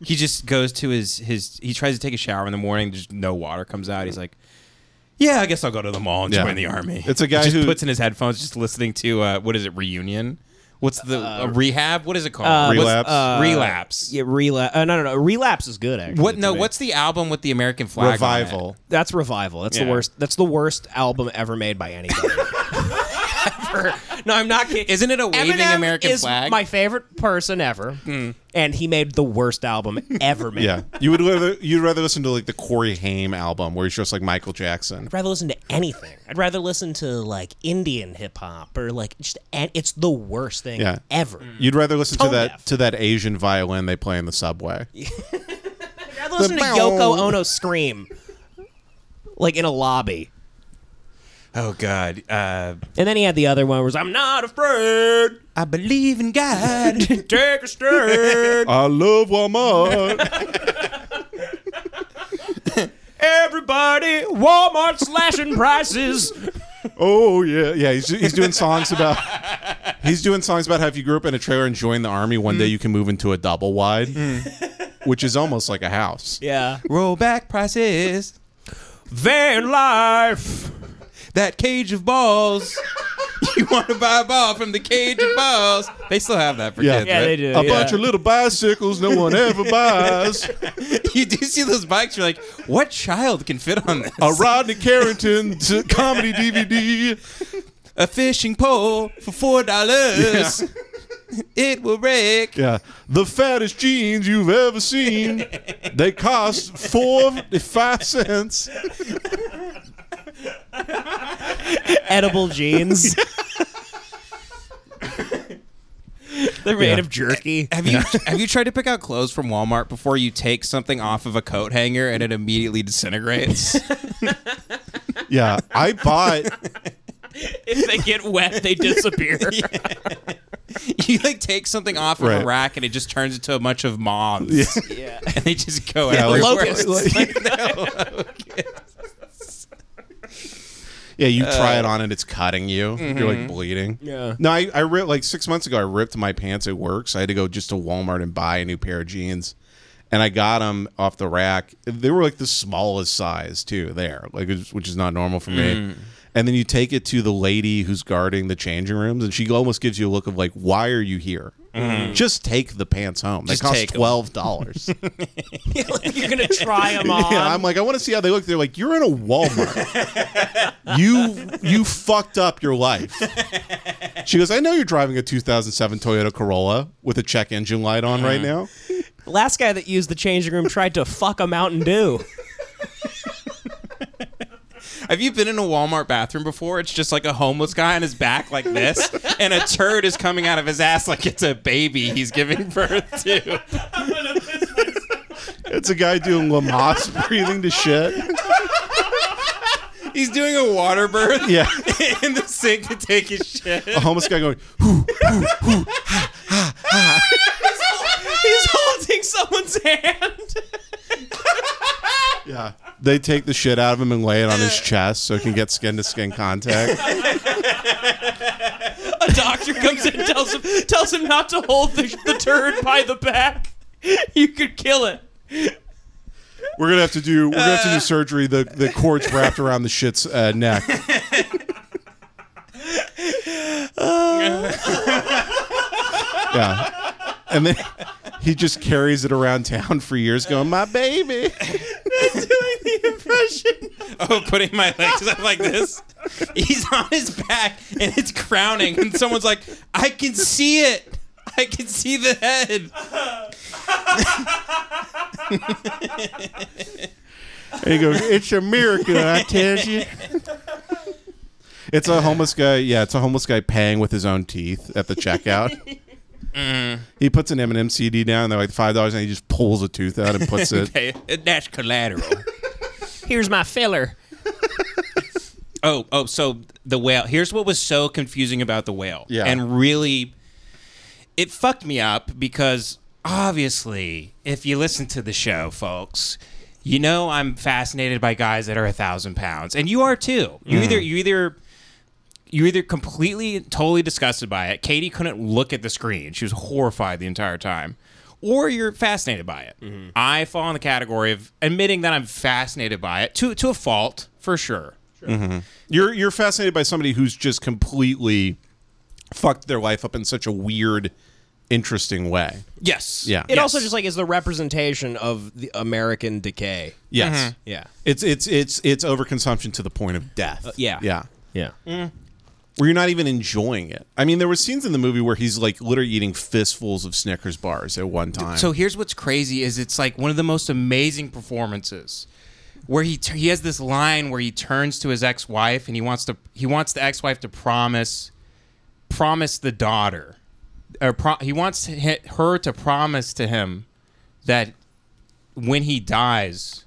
Speaker 2: he just goes to his his. He tries to take a shower in the morning. Just no water comes out. He's like, "Yeah, I guess I'll go to the mall and
Speaker 1: Yeah.
Speaker 2: join the army."
Speaker 1: It's a guy
Speaker 2: He just
Speaker 1: who-
Speaker 2: puts in his headphones, just listening to uh, what is it? Reunion. What's the
Speaker 3: Uh,
Speaker 2: a rehab? What is it called? What's-
Speaker 1: Relapse. uh,
Speaker 2: relapse.
Speaker 3: yeah, relapse. Uh, no, no, no. Relapse is good. Actually,
Speaker 2: What?
Speaker 3: to
Speaker 2: No.
Speaker 3: me.
Speaker 2: What's the album with the American flag? on it?
Speaker 1: Revival.
Speaker 3: That's revival. That's the
Speaker 2: Yeah.
Speaker 3: worst. That's the worst album ever made by anybody. Ever. No, I'm not kidding.
Speaker 2: Isn't it a waving
Speaker 3: Eminem
Speaker 2: American
Speaker 3: is
Speaker 2: flag? Hmm.
Speaker 3: My favorite person ever, and he made the worst album ever made.
Speaker 1: Yeah, you would rather you'd rather listen to like the Corey Haim album where he's just like Michael Jackson.
Speaker 3: I'd rather listen to anything. I'd rather listen to like Indian hip hop or like just an- it's the worst thing
Speaker 1: Yeah.
Speaker 3: ever.
Speaker 1: You'd rather listen
Speaker 3: Tone
Speaker 1: to that
Speaker 3: deaf.
Speaker 1: to that Asian violin they play in the subway.
Speaker 3: I'd rather listen to
Speaker 1: bow.
Speaker 3: Yoko Ono scream like in a lobby.
Speaker 2: oh God. Uh,
Speaker 3: And then he had the other one where it's, I'm not afraid.
Speaker 2: I believe in God.
Speaker 3: Take a stand.
Speaker 1: I love Walmart.
Speaker 3: Everybody, Walmart slashing prices.
Speaker 1: oh yeah, yeah. He's, he's doing songs about he's doing songs about how if you grew up in a trailer and joined the army, one
Speaker 3: Mm.
Speaker 1: day you can move into a double wide, which is almost like a house.
Speaker 3: Yeah.
Speaker 2: Roll back prices.
Speaker 3: Van life.
Speaker 2: That cage of balls. you want to buy a ball from the cage of balls? They still have that for
Speaker 1: Yeah.
Speaker 2: kids.
Speaker 1: Yeah,
Speaker 2: right?
Speaker 3: they do.
Speaker 1: A bunch of little bicycles no one ever buys.
Speaker 2: You do see those bikes. You're like, what child can fit on this?
Speaker 1: A Rodney Carrington t- comedy DVD.
Speaker 2: A fishing pole for four dollars. It will break.
Speaker 1: Yeah, the fattest jeans you've ever seen. They cost four five cents.
Speaker 3: edible jeans. They're made
Speaker 1: Yeah.
Speaker 3: of jerky.
Speaker 2: Have you have you tried to pick out clothes from Walmart before you take something off of a coat hanger and it immediately disintegrates?
Speaker 1: Yeah, I bought.
Speaker 7: If they get wet, they disappear.
Speaker 2: you like take something off of
Speaker 1: Right.
Speaker 2: a rack and it just turns into a bunch of moths. Yeah. And they just go
Speaker 1: Yeah, like-
Speaker 2: everywhere.
Speaker 1: like- yeah, you try
Speaker 2: Uh,
Speaker 1: it on and it's cutting you. You're
Speaker 2: mm-hmm.
Speaker 1: like bleeding.
Speaker 3: Yeah.
Speaker 1: No, I, I ripped like six months ago. I ripped my pants at work, so I had to go just to Walmart and buy a new pair of jeans. And I got them off the rack. They were like the smallest size too. There, like it's- which is not normal for
Speaker 2: Mm.
Speaker 1: me. And then you take it to the lady who's guarding the changing rooms, and she almost gives you a look of like, "Why are you here? Just take the pants home. They
Speaker 2: Mm. Just
Speaker 1: cost
Speaker 2: take 'em."
Speaker 1: twelve dollars."
Speaker 7: You're gonna try them on.
Speaker 1: Yeah, I'm like, I want to see how they look. They're like, you're in a Walmart. you you fucked up your life. She goes, I know you're driving a 2007 Toyota Corolla with a check engine light on right now.
Speaker 3: Last guy that used the changing room tried to fuck a Mountain Dew.
Speaker 2: Have you been in a Walmart bathroom before? It's just like a homeless guy on his back like this, and a turd is coming out of his ass like it's a baby he's giving birth to.
Speaker 1: It's a guy doing Lamas breathing to shit.
Speaker 2: He's doing a water birth
Speaker 1: Yeah,
Speaker 2: in the sink to take his shit.
Speaker 1: a homeless guy going.
Speaker 7: He's holding someone's hand.
Speaker 1: Yeah, they take the shit out of him and lay it on his chest so it can get skin to skin contact.
Speaker 7: A doctor comes in and tells him tells him not to hold the, the turd by the back. You could kill it.
Speaker 1: We're gonna have to do. We're gonna have to do surgery. The the cords wrapped around the shit's uh, neck. yeah, and then he just carries it around town for years, going, "My baby."
Speaker 2: Oh, putting my legs up like this. He's on his back and it's crowning, and someone's like, I can see it. I can see the head.
Speaker 1: And he goes, "It's a miracle, I tell you." It's a homeless guy. Yeah, it's a homeless guy paying with his own teeth at the checkout. He puts an M&M CD down. They're like five dollars, and he just pulls a tooth out and puts it.
Speaker 2: Hey, that's collateral.
Speaker 7: Here's my filler.
Speaker 2: Oh, oh, so the whale. Here's what was so confusing about the whale.
Speaker 1: Yeah.
Speaker 2: And really, it fucked me up because obviously, if you listen to the show, folks, you know I'm fascinated by guys that are a thousand pounds, and you are too. You either you either you're either completely totally disgusted by it. Katie couldn't look at the screen; she was horrified the entire time. Or you're fascinated by it. I fall in the category of admitting that I'm fascinated by it to to a fault for sure.
Speaker 1: You're you're fascinated by somebody who's just completely fucked their life up in such a weird, interesting way.
Speaker 2: Yes.
Speaker 1: Yeah.
Speaker 6: It also just like is the representation of the American decay.
Speaker 1: Yes.
Speaker 6: Yeah.
Speaker 1: It's it's it's it's overconsumption to the point of
Speaker 2: Uh,
Speaker 1: death.
Speaker 6: yeah.
Speaker 1: Yeah.
Speaker 3: Yeah.
Speaker 1: Where you're not even enjoying it. I mean, there were scenes in the movie where he's like literally eating fistfuls of Snickers bars at one time.
Speaker 2: So here's what's crazy is it's like one of the most amazing performances where he t- he has this line where he turns to his ex-wife and he wants to he wants the ex-wife to promise promise the daughter or pro- he wants to hit her to promise to him that when he dies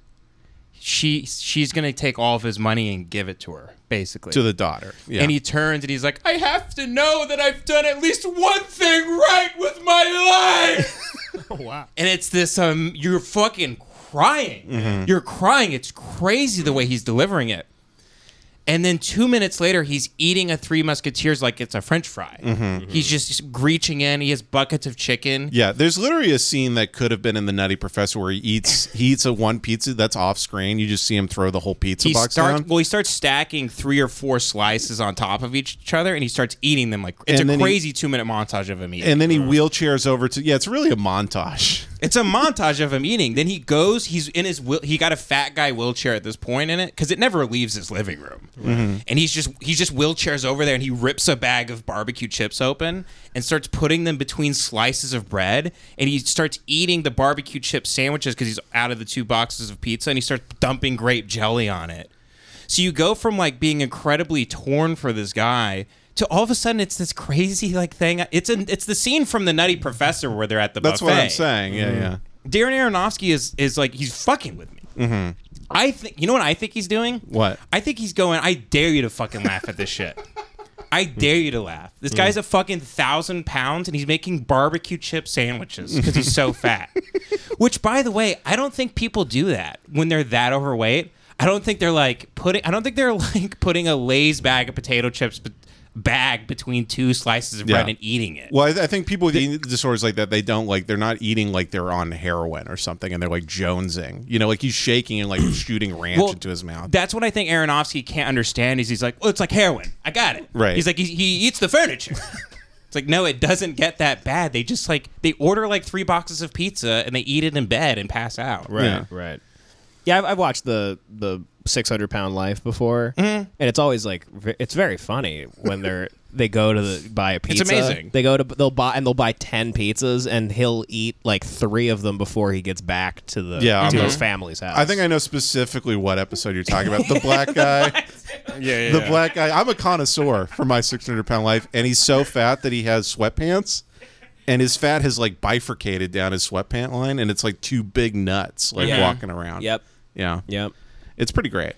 Speaker 2: she she's going to take all of his money and give it to her basically
Speaker 1: to the daughter. Yeah.
Speaker 2: and he turns and he's like, I have to know that I've done at least one thing right with my life.
Speaker 1: Oh,
Speaker 2: wow. And it's this um you're fucking crying.
Speaker 1: Mm-hmm.
Speaker 2: You're crying. It's crazy the way he's delivering it. And then two minutes later, he's eating a Three Musketeers like it's a French fry.
Speaker 1: Mm-hmm.
Speaker 2: He's just reaching in. He has buckets of chicken.
Speaker 1: yeah, there's literally a scene that could have been in the Nutty Professor where he eats he eats a one pizza that's off screen. You just see him throw the whole pizza
Speaker 2: He
Speaker 1: box
Speaker 2: starts
Speaker 1: down.
Speaker 2: well. He starts stacking three or four slices on top of each other, and he starts eating them like it's
Speaker 1: And
Speaker 2: a
Speaker 1: then he-
Speaker 2: crazy two-minute montage of him eating.
Speaker 1: and then he wheelchairs over to yeah, it's really a montage.
Speaker 2: It's a montage of him eating. Then he goes. He's in his wheel. He got a fat guy wheelchair at this point in it because it never leaves his living room.
Speaker 1: Mm-hmm.
Speaker 2: And he's just he's just wheelchairs over there, and he rips a bag of barbecue chips open and starts putting them between slices of bread. And he starts eating the barbecue chip sandwiches because he's out of the two boxes of pizza, and he starts dumping grape jelly on it. So you go from like being incredibly torn for this guy to all of a sudden it's this crazy like thing. It's an it's the scene from the Nutty Professor where they're at the
Speaker 1: That's
Speaker 2: buffet.
Speaker 1: what I'm saying. Yeah,
Speaker 2: Mm-hmm.
Speaker 1: yeah.
Speaker 2: Darren Aronofsky is is like he's fucking with me. I think you know what I think he's doing.
Speaker 1: Mm-hmm. What?
Speaker 2: I think he's going. I dare you to fucking laugh at this shit. I dare you to laugh. This guy's
Speaker 1: Mm.
Speaker 2: a fucking thousand pounds and he's making barbecue chip sandwiches because he's so fat. Which, by the way, I don't think people do that when they're that overweight. I don't think they're like putting. I don't think they're like putting a Lay's bag of potato chips be- bag between two slices of
Speaker 1: Yeah.
Speaker 2: bread and eating it.
Speaker 1: Well, I, I think people with eating disorders like that, they don't like, they're not eating like they're on heroin or something and they're like jonesing. You know, like he's shaking and like shooting ranch
Speaker 2: Well,
Speaker 1: into his mouth.
Speaker 2: That's what I think Aronofsky can't understand. Is he's like, oh, it's like heroin. I got it.
Speaker 1: Right.
Speaker 2: He's like, he, he eats the furniture. it's like, no, it doesn't get that bad. They just like they order like three boxes of pizza and they eat it in bed and pass out.
Speaker 3: Right,
Speaker 1: Yeah.
Speaker 3: right. Yeah, I've, I've watched the the six hundred pound life before,
Speaker 1: Mm-hmm.
Speaker 3: and it's always like ve- it's very funny when they're they go to the, buy a pizza.
Speaker 2: amazing.
Speaker 3: They go to they'll buy and they'll buy ten pizzas, and he'll eat like three of them before he gets back to the
Speaker 1: Yeah,
Speaker 3: to
Speaker 1: I'm
Speaker 3: his
Speaker 1: a-
Speaker 3: family's house.
Speaker 1: I think I know specifically what episode you're talking about. The black guy.
Speaker 2: Yeah.
Speaker 1: The black guy. I'm a connoisseur for my 600 pound life, and he's so fat that he has sweatpants, and his fat has like bifurcated down his sweatpant line, and it's like two big nuts like
Speaker 2: Yeah.
Speaker 1: walking around.
Speaker 3: Yep.
Speaker 1: Yeah.
Speaker 3: Yep.
Speaker 1: It's pretty great.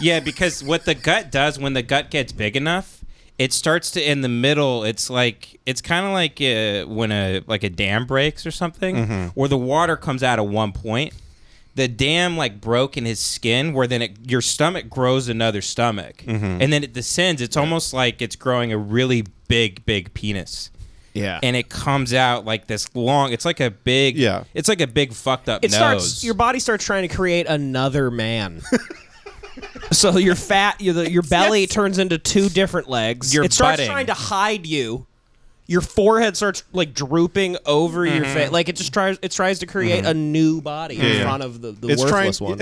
Speaker 2: yeah, because what the gut does when the gut gets big enough, it starts to in the middle. It's like it's kind of like uh, when a like a dam breaks or something,
Speaker 1: Mm-hmm.
Speaker 2: or the water comes out at one point. The dam like broke in his skin, where then it, your stomach grows another stomach,
Speaker 1: Mm-hmm.
Speaker 2: and then it descends. It's almost like it's growing a really big, big penis,
Speaker 3: Yeah.
Speaker 2: and it comes out like this long. It's like a big,
Speaker 1: Yeah.
Speaker 2: It's like a big fucked up.
Speaker 3: it
Speaker 2: nose.
Speaker 3: starts your body starts trying to create another man. so your fat your your belly turns into two different legs.
Speaker 2: You're
Speaker 3: it starts
Speaker 2: budding.
Speaker 3: trying to hide you. Your forehead starts like drooping over your face. Like it just tries it tries to create a new body in
Speaker 1: Mm-hmm. yeah.
Speaker 3: front of the, the
Speaker 1: It's
Speaker 3: worthless
Speaker 1: trying-
Speaker 3: one.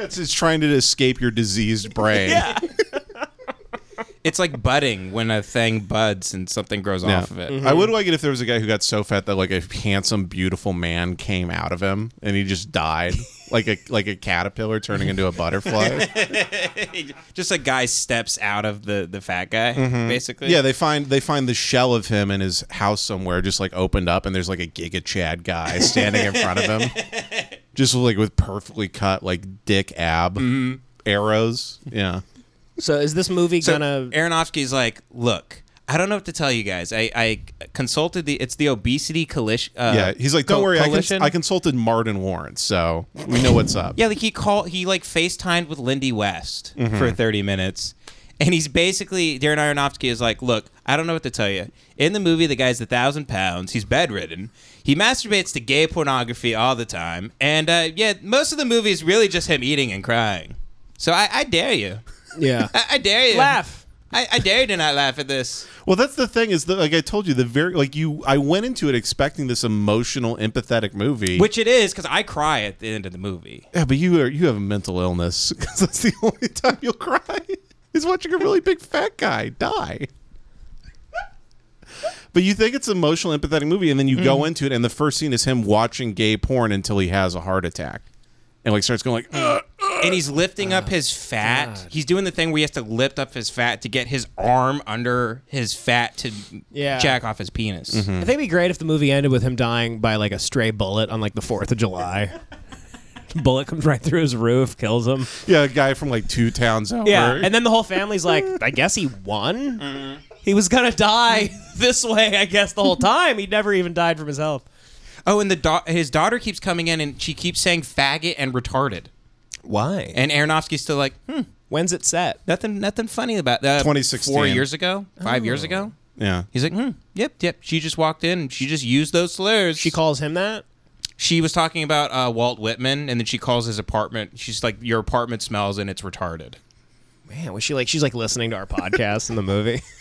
Speaker 1: It's, it's trying to escape your diseased brain.
Speaker 2: It's like budding when a thing buds and something grows
Speaker 1: Yeah.
Speaker 2: off of it.
Speaker 1: I would like it if there was a guy who got so fat that like a handsome, beautiful man came out of him and he just died. Like a like a caterpillar turning into a butterfly.
Speaker 2: just a guy steps out of the the fat guy basically
Speaker 1: Mm-hmm. Yeah, they find they find the shell of him in his house somewhere, just like opened up, and there's like a Giga Chad guy standing in front of him, just like with perfectly cut like dick ab arrows. Yeah,
Speaker 3: so is this movie
Speaker 2: so
Speaker 3: gonna
Speaker 2: aronofsky's like look i don't know what to tell you guys i i consulted the it's the obesity coalition uh,
Speaker 1: yeah. He's like, don't
Speaker 2: co-
Speaker 1: worry, I,
Speaker 2: coalition."
Speaker 1: cons- I consulted Martin Warren, so we know what's up.
Speaker 2: yeah like he called he like facetimed with lindy west
Speaker 1: Mm-hmm.
Speaker 2: for 30 minutes and he's basically darren aronofsky is like look i don't know what to tell you in the movie the guy's a thousand pounds he's bedridden he masturbates to gay pornography all the time and uh, yeah most of the movie is really just him eating and crying so i, I dare you
Speaker 3: Yeah.
Speaker 2: I, I dare you
Speaker 3: Laugh.
Speaker 2: I, I dare you to not laugh at this.
Speaker 1: Well, that's the thing is that, like I told you, the very like you, I went into it expecting this emotional, empathetic movie,
Speaker 2: Which it is, because I cry at the end of the movie.
Speaker 1: Yeah, but you are you have a mental illness because that's the only time you'll cry is watching a really big fat guy die. But you think it's an emotional, empathetic movie, and then you go into it, and the first scene is him watching gay porn until he has a heart attack, and like starts going like, "Ugh."
Speaker 2: And he's lifting up his
Speaker 3: Oh,
Speaker 2: fat. He's doing the thing where he has to lift up his fat to get his arm under his fat to
Speaker 3: Yeah.
Speaker 2: jack off his penis.
Speaker 3: I think it'd be great if the movie ended with him dying by like a stray bullet on like the fourth of July. bullet comes right through his roof, kills him.
Speaker 1: yeah, a guy from like two towns over.
Speaker 3: Yeah, and then the whole family's like, I guess he won. He was gonna die this way, I guess, the whole time. He never even died from his health.
Speaker 2: Oh, and the da- his daughter keeps coming in, and she keeps saying faggot and retarded.
Speaker 3: Why?
Speaker 2: And Aronofsky's still like, hmm,
Speaker 3: When's it set?
Speaker 2: nothing, nothing funny about that.
Speaker 1: 2016.
Speaker 2: Four years ago, five
Speaker 3: Oh.
Speaker 2: years ago.
Speaker 1: yeah,
Speaker 2: He's like, hmm, yep, yep. She just walked in and she just used those slurs.
Speaker 3: She calls him that.
Speaker 2: she was talking about uh, Walt Whitman, and then she calls his apartment. She's like, "Your apartment smells, and it's retarded."
Speaker 3: Man, was she like? She's like listening to our podcast in the movie.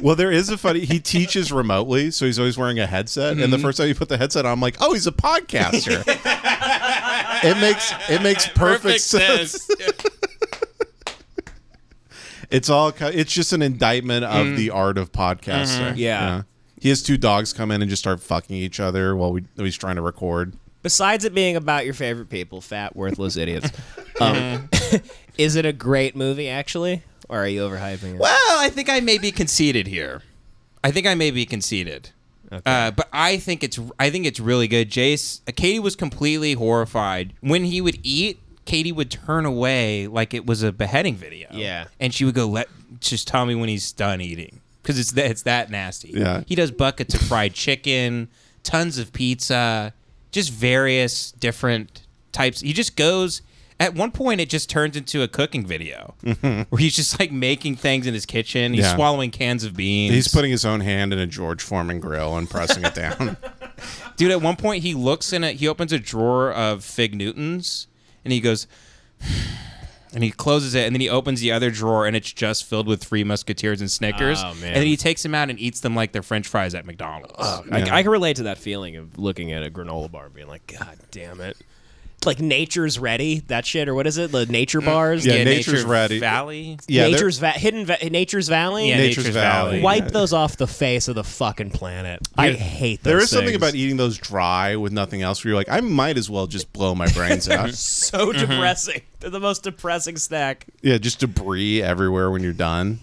Speaker 1: Well, there is a funny. He teaches remotely, so he's always wearing a headset. And the first time you put the headset on, I'm like, oh, he's a podcaster. it makes it makes perfect, sense. It's all. co- It's just an indictment of the art of podcasting.
Speaker 3: Yeah.
Speaker 1: He has two dogs come in and just start fucking each other while we, he's trying to record.
Speaker 3: Besides it being about your favorite people, fat, worthless idiots.
Speaker 6: Um,
Speaker 3: Mm-hmm.
Speaker 6: is it a great movie, actually? Or are you overhyping it?
Speaker 2: Well, I think I may be conceited here. I think I may be conceited. Uh, but I think it's I think it's really good. Jace, uh, Katie was completely horrified when he would eat. Katie would turn away like it was a beheading video.
Speaker 6: Yeah.
Speaker 2: and she would go, "Let just tell me when he's done eating," because it's that it's that nasty.
Speaker 1: Yeah.
Speaker 2: he does buckets of fried chicken, tons of pizza, just various different types. He just goes. At one point, it just turns into a cooking video where he's just like making things in his kitchen. He's
Speaker 1: Mm-hmm. Yeah.
Speaker 2: swallowing cans of beans.
Speaker 1: He's putting his own hand in a George Foreman grill and pressing it down.
Speaker 2: Dude, at one point he looks in it. He opens a drawer of Fig Newtons, and he goes, and he closes it, and then he opens the other drawer, and it's just filled with Three Musketeers and Snickers.
Speaker 3: Oh, man.
Speaker 2: And then he takes them out and eats them like they're French fries at McDonald's.
Speaker 3: I, I can relate to that feeling of looking at a granola bar and being like, God damn it. Like nature's ready, that shit, or what is it? The nature bars,
Speaker 1: Yeah, Nature's Ready.
Speaker 2: Valley.
Speaker 1: Yeah, they're-
Speaker 3: nature's va- hidden, va- nature's valley.
Speaker 2: Yeah,
Speaker 1: Nature's
Speaker 2: Nature's,
Speaker 1: Valley.
Speaker 2: Valley.
Speaker 1: Why-
Speaker 6: Wipe those off the face of the fucking planet. I hate those
Speaker 1: there is something
Speaker 6: things.
Speaker 1: about e- eating those dry with nothing else where you're like, I might as well just blow my brains out.
Speaker 3: So depressing. They're the most depressing snack.
Speaker 1: Yeah, just debris everywhere when you're done.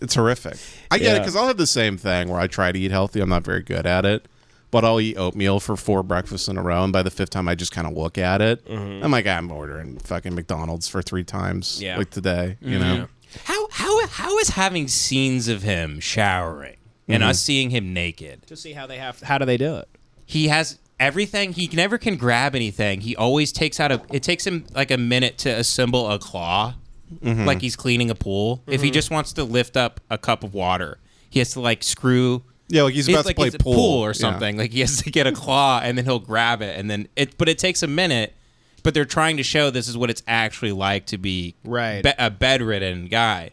Speaker 1: it's horrific. I get it it
Speaker 3: Yeah.
Speaker 1: because I'll have the same thing where I try to eat healthy. I'm not very good at it, but I'll eat oatmeal for four breakfasts in a row, and by the fifth time, I just kind of look at it.
Speaker 2: Mm-hmm.
Speaker 1: I'm like, I'm ordering fucking McDonald's for three times,
Speaker 3: Yeah.
Speaker 1: like today.
Speaker 2: Mm-hmm.
Speaker 1: You know,
Speaker 2: How how how is having scenes of him showering and us seeing him naked?
Speaker 3: To see how they have, how do they do it?
Speaker 2: he has everything he never can grab anything he always takes out a it takes him like a minute to assemble a claw like he's cleaning a pool if he just wants to lift up a cup of water he has to like screw
Speaker 1: yeah, like he's
Speaker 2: it's
Speaker 1: about
Speaker 2: like
Speaker 1: to play
Speaker 2: it's a pool. or something like he has to get a claw and then he'll grab it and then it but it takes a minute but they're trying to show this is what it's actually like to be
Speaker 6: Right.
Speaker 2: be- a bedridden guy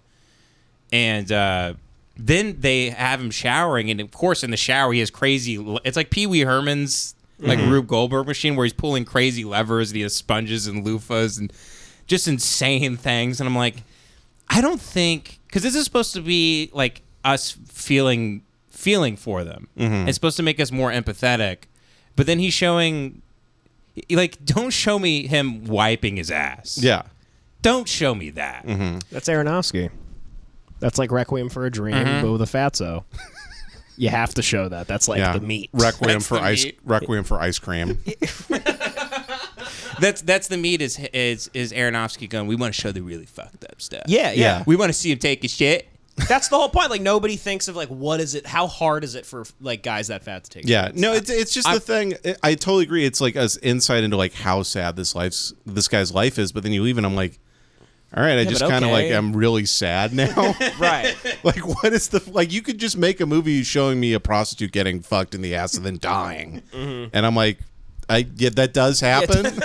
Speaker 2: and uh then they have him showering and of course in the shower he has crazy le- it's like pee-wee herman's like
Speaker 1: Mm-hmm.
Speaker 2: rube goldberg machine where he's pulling crazy levers and he has sponges and loofahs and just insane things and i'm like i don't think because this is supposed to be like us feeling feeling for them it's supposed to make us more empathetic but then he's showing like don't show me him wiping his ass
Speaker 1: Yeah.
Speaker 2: don't show me that
Speaker 3: That's Aronofsky. That's like Requiem for a Dream, but with a fatso. you have to show that. That's like
Speaker 1: Yeah,
Speaker 3: the meat.
Speaker 1: Requiem
Speaker 2: That's
Speaker 1: for
Speaker 2: the
Speaker 1: ice.
Speaker 2: meat.
Speaker 1: Requiem for ice cream.
Speaker 2: That's that's the meat is is is Aronofsky going. We want to show the really fucked up stuff.
Speaker 3: yeah, yeah.
Speaker 2: We want to see him take a shit.
Speaker 3: That's the whole point. Like nobody thinks of like what is it? How hard is it for like guys that fat to take?
Speaker 1: Yeah, no, it's it's just the thing. I- I totally agree. It's like us insight into like how sad this life's this guy's life is. But then you leave, and I'm like, all right, I just
Speaker 3: but
Speaker 1: kind of like
Speaker 3: okay.
Speaker 1: I'm really sad now.
Speaker 3: right.
Speaker 1: like, what is the like? You could just make a movie showing me a prostitute getting fucked in the ass and then dying, and I'm like, I yeah, that does happen.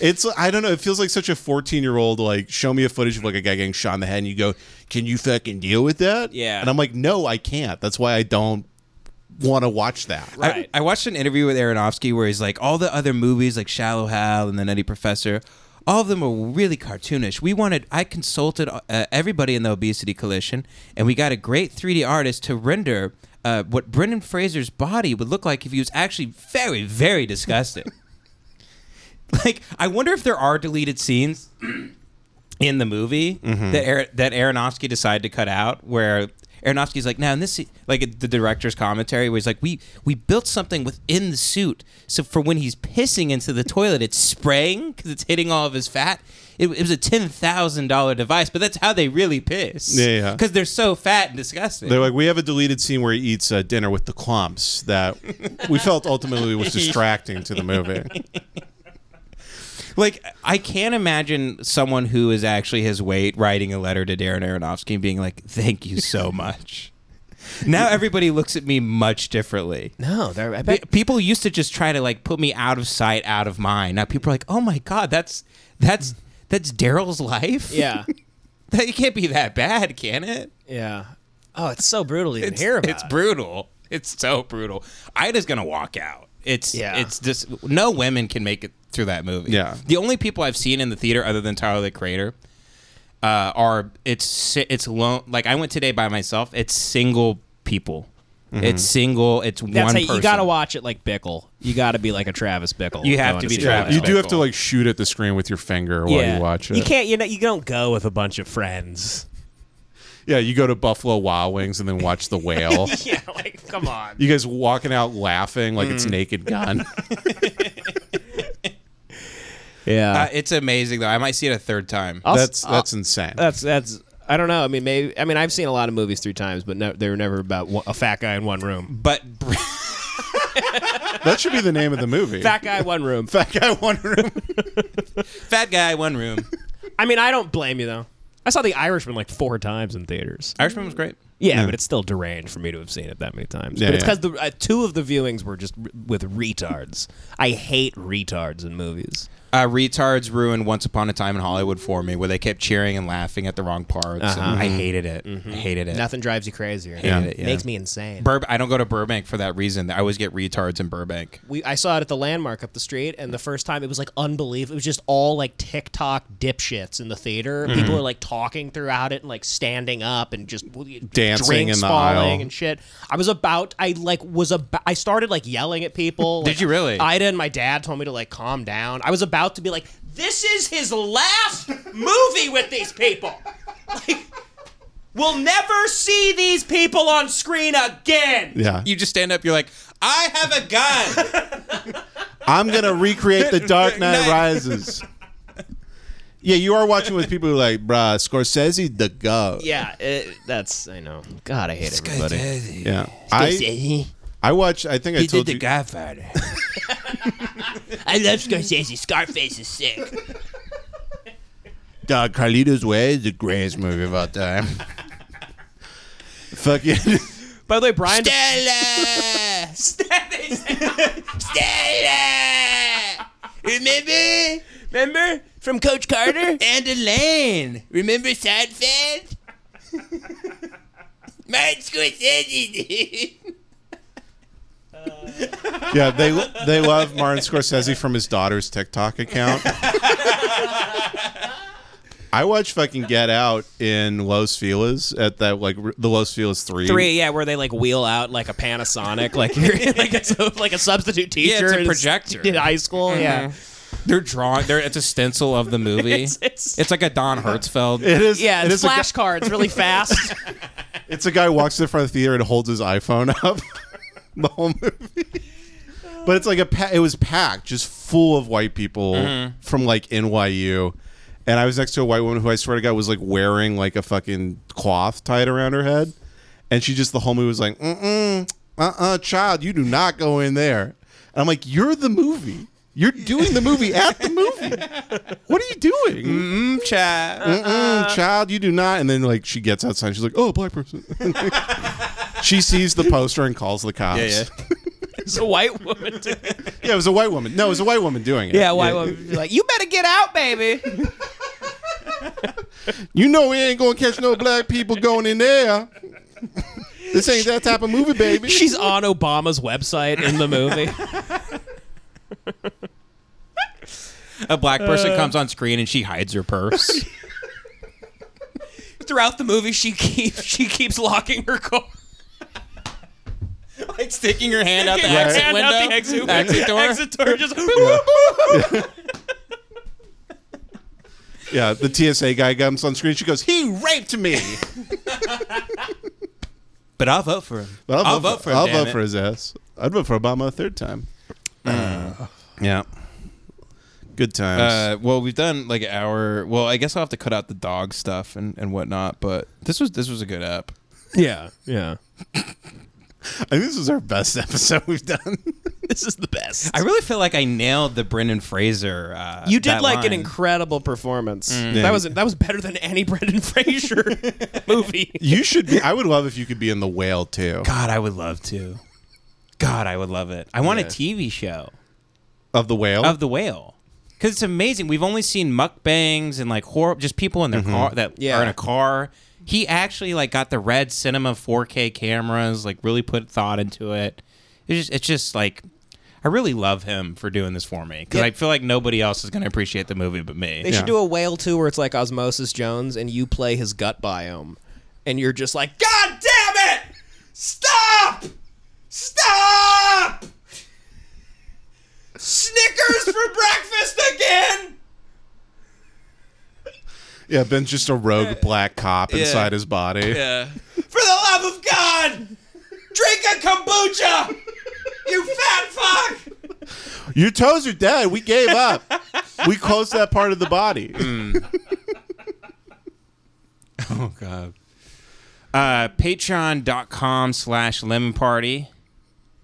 Speaker 1: It's I don't know. It feels like such a fourteen year old like show me a footage of like a guy getting shot in the head, and you go, "Can you fucking deal with that?"
Speaker 2: Yeah.
Speaker 1: and I'm like, "No, I can't." That's why I don't want to watch that.
Speaker 3: Right.
Speaker 2: I, I watched an interview with Aronofsky where he's like, all the other movies like Shallow Hal and The Nutty Professor, all of them are really cartoonish. We wanted, I consulted uh, everybody in the Obesity Coalition, and we got a great 3D artist to render uh, what Brendan Fraser's body would look like if he was actually very, very disgusted. like, I wonder if there are deleted scenes in the movie
Speaker 1: Mm-hmm.
Speaker 2: that Ar- that Aronofsky decided to cut out, where Aronofsky's like, now in this, se- like the director's commentary, where he's like, we we built something within the suit, so for when he's pissing into the toilet, it's spraying because it's hitting all of his fat. It, it was a ten thousand dollar device, but that's how they really piss.
Speaker 1: Yeah, yeah.
Speaker 2: because they're so fat and disgusting.
Speaker 1: They're like, we have a deleted scene where he eats uh, dinner with the clumps that we felt ultimately was distracting to the movie.
Speaker 2: like I can't imagine someone who is actually his weight writing a letter to Darren Aronofsky and being like, "Thank you so much." now everybody looks at me much differently.
Speaker 6: No, they're, I
Speaker 2: Pe-
Speaker 6: bet
Speaker 2: People used to just try to like put me out of sight, out of mind. Now people are like, "Oh my god, that's that's that's Daryl's life."
Speaker 3: Yeah.
Speaker 2: that it can't be that bad, can it?
Speaker 3: Yeah. Oh, it's so brutal to even
Speaker 2: It's,
Speaker 3: hear about.
Speaker 2: it's brutal. It's so brutal. Ida's gonna walk out. It's
Speaker 3: Yeah.
Speaker 2: It's just no women can make it through that movie.
Speaker 1: Yeah.
Speaker 2: The only people I've seen in the theater other than Tyler the Creator uh, are it's si- it's lone. Like I went today by myself. It's single people. It's single. It's
Speaker 3: That's
Speaker 2: one.
Speaker 3: how you
Speaker 2: person.
Speaker 3: gotta watch it like Bickle. You gotta be like a Travis Bickle.
Speaker 2: You have
Speaker 3: going
Speaker 2: to be
Speaker 3: see
Speaker 2: Travis
Speaker 3: that.
Speaker 1: You do have to
Speaker 2: Bickle.
Speaker 1: like shoot at the screen with your finger while you watch it.
Speaker 3: You can't. You know. You don't go with a bunch of friends.
Speaker 1: Yeah, you go to Buffalo Wild Wings and then watch the whale.
Speaker 3: yeah. Like, come on.
Speaker 1: you guys walking out laughing like it's Naked Gun.
Speaker 3: Yeah.
Speaker 2: Uh, it's amazing though. I might see it a third time.
Speaker 3: I'll s- uh,
Speaker 1: that's that's insane.
Speaker 3: That's that's. I don't know. I mean, maybe. I mean, I've seen a lot of movies three times, but no, they were never about one, a fat guy in one room.
Speaker 2: But
Speaker 1: that should be the name of the movie.
Speaker 3: Fat guy, one room.
Speaker 1: Fat guy one room.
Speaker 2: fat guy, one room.
Speaker 3: I mean, I don't blame you though. I saw The Irishman like four times in theaters.
Speaker 2: Irishman was great.
Speaker 3: Yeah, but it's still deranged for me to have seen it that many times.
Speaker 1: Yeah,
Speaker 3: but it's
Speaker 1: yeah.
Speaker 3: because the uh, two of the viewings were just r- with retards. I hate retards in movies.
Speaker 2: Uh, retards ruined Once Upon a Time in Hollywood for me, where they kept cheering and laughing at the wrong parts. and I hated it. I hated it.
Speaker 3: Nothing drives you crazier.
Speaker 2: Yeah. Hated it, yeah.
Speaker 3: Makes me insane.
Speaker 2: Burb- I don't go to Burbank for that reason. I always get retards in Burbank.
Speaker 3: we I saw it at the landmark up the street, and the first time it was like unbelievable. It was just all like TikTok dipshits in the theater.
Speaker 2: Mm-hmm.
Speaker 3: People were like talking throughout it and like standing up and just
Speaker 1: Dancing
Speaker 3: drinks
Speaker 1: in the
Speaker 3: falling
Speaker 1: aisle.
Speaker 3: and shit. I was about I like was about I started like yelling at people.
Speaker 2: Did
Speaker 3: Like,
Speaker 2: you really?
Speaker 3: Ida and my dad told me to like calm down. I was about to be like, this is his last movie with these people. Like, we'll never see these people on screen again.
Speaker 1: Yeah.
Speaker 2: You just stand up. You're like, I have a gun.
Speaker 1: I'm gonna recreate the Dark Knight
Speaker 2: Knight.
Speaker 1: Rises. Yeah, you are watching with people who are like, bruh, Scorsese the go.
Speaker 3: Yeah, it, that's I know. God, I hate everybody.
Speaker 1: Yeah. I,
Speaker 5: Scorsese.
Speaker 1: I watch I think I
Speaker 4: He did
Speaker 1: told
Speaker 4: The
Speaker 1: you
Speaker 4: Godfather.
Speaker 5: I love Scorsese. Scarface is sick.
Speaker 1: Dog Carlito's Way is the greatest movie of all time. Fucking
Speaker 3: By the way, Brian.
Speaker 4: Stella! Stella! Remember? Remember? From Coach Carter? And Elaine. Remember Seinfeld? Martin Scorsese, dude.
Speaker 1: Yeah, they they love Martin Scorsese from his daughter's TikTok account. I watched fucking Get Out in Los Feliz at that like r- the Los Feliz three.
Speaker 3: Three, yeah, where they like wheel out like a Panasonic, like you're, like it's a, like a substitute
Speaker 2: Yeah,
Speaker 3: teacher
Speaker 2: it's a
Speaker 3: in-
Speaker 2: projector. Mm-hmm.
Speaker 3: in high school. Yeah,
Speaker 2: They're drawing. They're it's a stencil of the movie.
Speaker 3: It's-
Speaker 2: it's,
Speaker 3: it's-
Speaker 2: like a Don Hertzfeld.
Speaker 1: It is.
Speaker 3: yeah,
Speaker 1: it
Speaker 3: it's
Speaker 1: is a guy-
Speaker 3: flashcards really fast.
Speaker 1: It's a guy who walks to the front of the theater and holds his iPhone up the whole movie. But it's like a pa- it was packed, just full of white people from like NYU. And I was next to a white woman who I swear to God was like wearing like a fucking cloth tied around her head. And she just the whole movie was like, mm uh uh, child, you do not go in there. And I'm like, you're the movie. You're doing the movie at the movie. What are you doing?
Speaker 2: Mm, chat.
Speaker 1: Mm-mm, child, you do not. And then like she gets outside, she's like, oh, a black person. she sees the poster and calls the cops.
Speaker 2: Yeah,
Speaker 3: it's a white woman. Doing
Speaker 1: Yeah, it was a white woman. No, it was a white woman doing it.
Speaker 3: yeah, white woman. Like you better get out, baby.
Speaker 1: You know we ain't gonna catch no black people going in there. this ain't that type of movie, baby.
Speaker 3: She's on Obama's website in the movie.
Speaker 2: A black person comes on screen and she hides her purse.
Speaker 7: Throughout the movie, she keeps she keeps locking her car.
Speaker 2: like sticking her hand out the
Speaker 7: Hand
Speaker 2: exit
Speaker 7: out
Speaker 2: window.
Speaker 7: the exit,
Speaker 2: Exit door.
Speaker 7: Exit door. Just
Speaker 1: yeah, the TSA guy comes on screen. She goes, "He raped me."
Speaker 2: But I'll vote for him.
Speaker 1: But
Speaker 2: I'll vote for him,
Speaker 1: I'll
Speaker 2: damn
Speaker 1: vote
Speaker 2: it.
Speaker 1: for his ass. I'd vote for Obama a third time. yeah, good times.
Speaker 2: Uh, well, we've done like an hour. Well, I guess I'll have to cut out the dog stuff and, and whatnot. But this was this was a good app.
Speaker 3: yeah, yeah.
Speaker 1: I think this is our best episode we've done.
Speaker 3: This is the best.
Speaker 2: I really feel like I nailed the Brendan Fraser. Uh,
Speaker 3: you did
Speaker 2: that
Speaker 3: like an
Speaker 2: line.
Speaker 3: incredible performance.
Speaker 1: Yeah.
Speaker 3: That was that was better than any Brendan Fraser movie.
Speaker 1: You should be. I would love if you could be in the whale too
Speaker 2: God, I would love to. God, I would love it. I want a TV show
Speaker 1: of the whale.
Speaker 2: of the whale because it's amazing. We've only seen mukbangs and like horror, just people in their car that
Speaker 3: Yeah.
Speaker 2: are in a car. He actually like got the red cinema 4K cameras, like really put thought into it. It's just, it's just like. I really love him for doing this for me because I feel like nobody else is going to appreciate the movie but me.
Speaker 3: They should do a whale too, where it's like Osmosis Jones, and you play his gut biome, and you're just like, God damn it, stop!
Speaker 1: Yeah, Ben's just a
Speaker 2: uh,
Speaker 1: rogue black cop inside his body.
Speaker 2: Yeah. For the love of God, drink a kombucha. You fat fuck.
Speaker 1: Your toes are dead. We gave up. we closed that part of the body.
Speaker 2: Oh God. Uh, Patreon.com slash Lemon Party.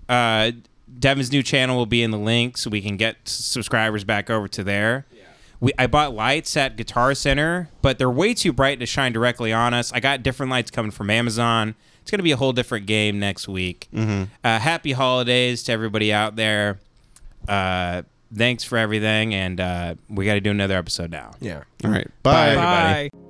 Speaker 2: Uh, Devin's new channel will be in the link, so we can get subscribers back over to there. We, I bought lights at Guitar Center, but they're way too bright to shine directly on us. I got different lights coming from Amazon. It's going to be a whole different game next week. Uh, happy holidays to everybody out there. Uh, thanks for everything, and uh, we got to do another episode now.
Speaker 1: All right. Bye.
Speaker 7: Bye.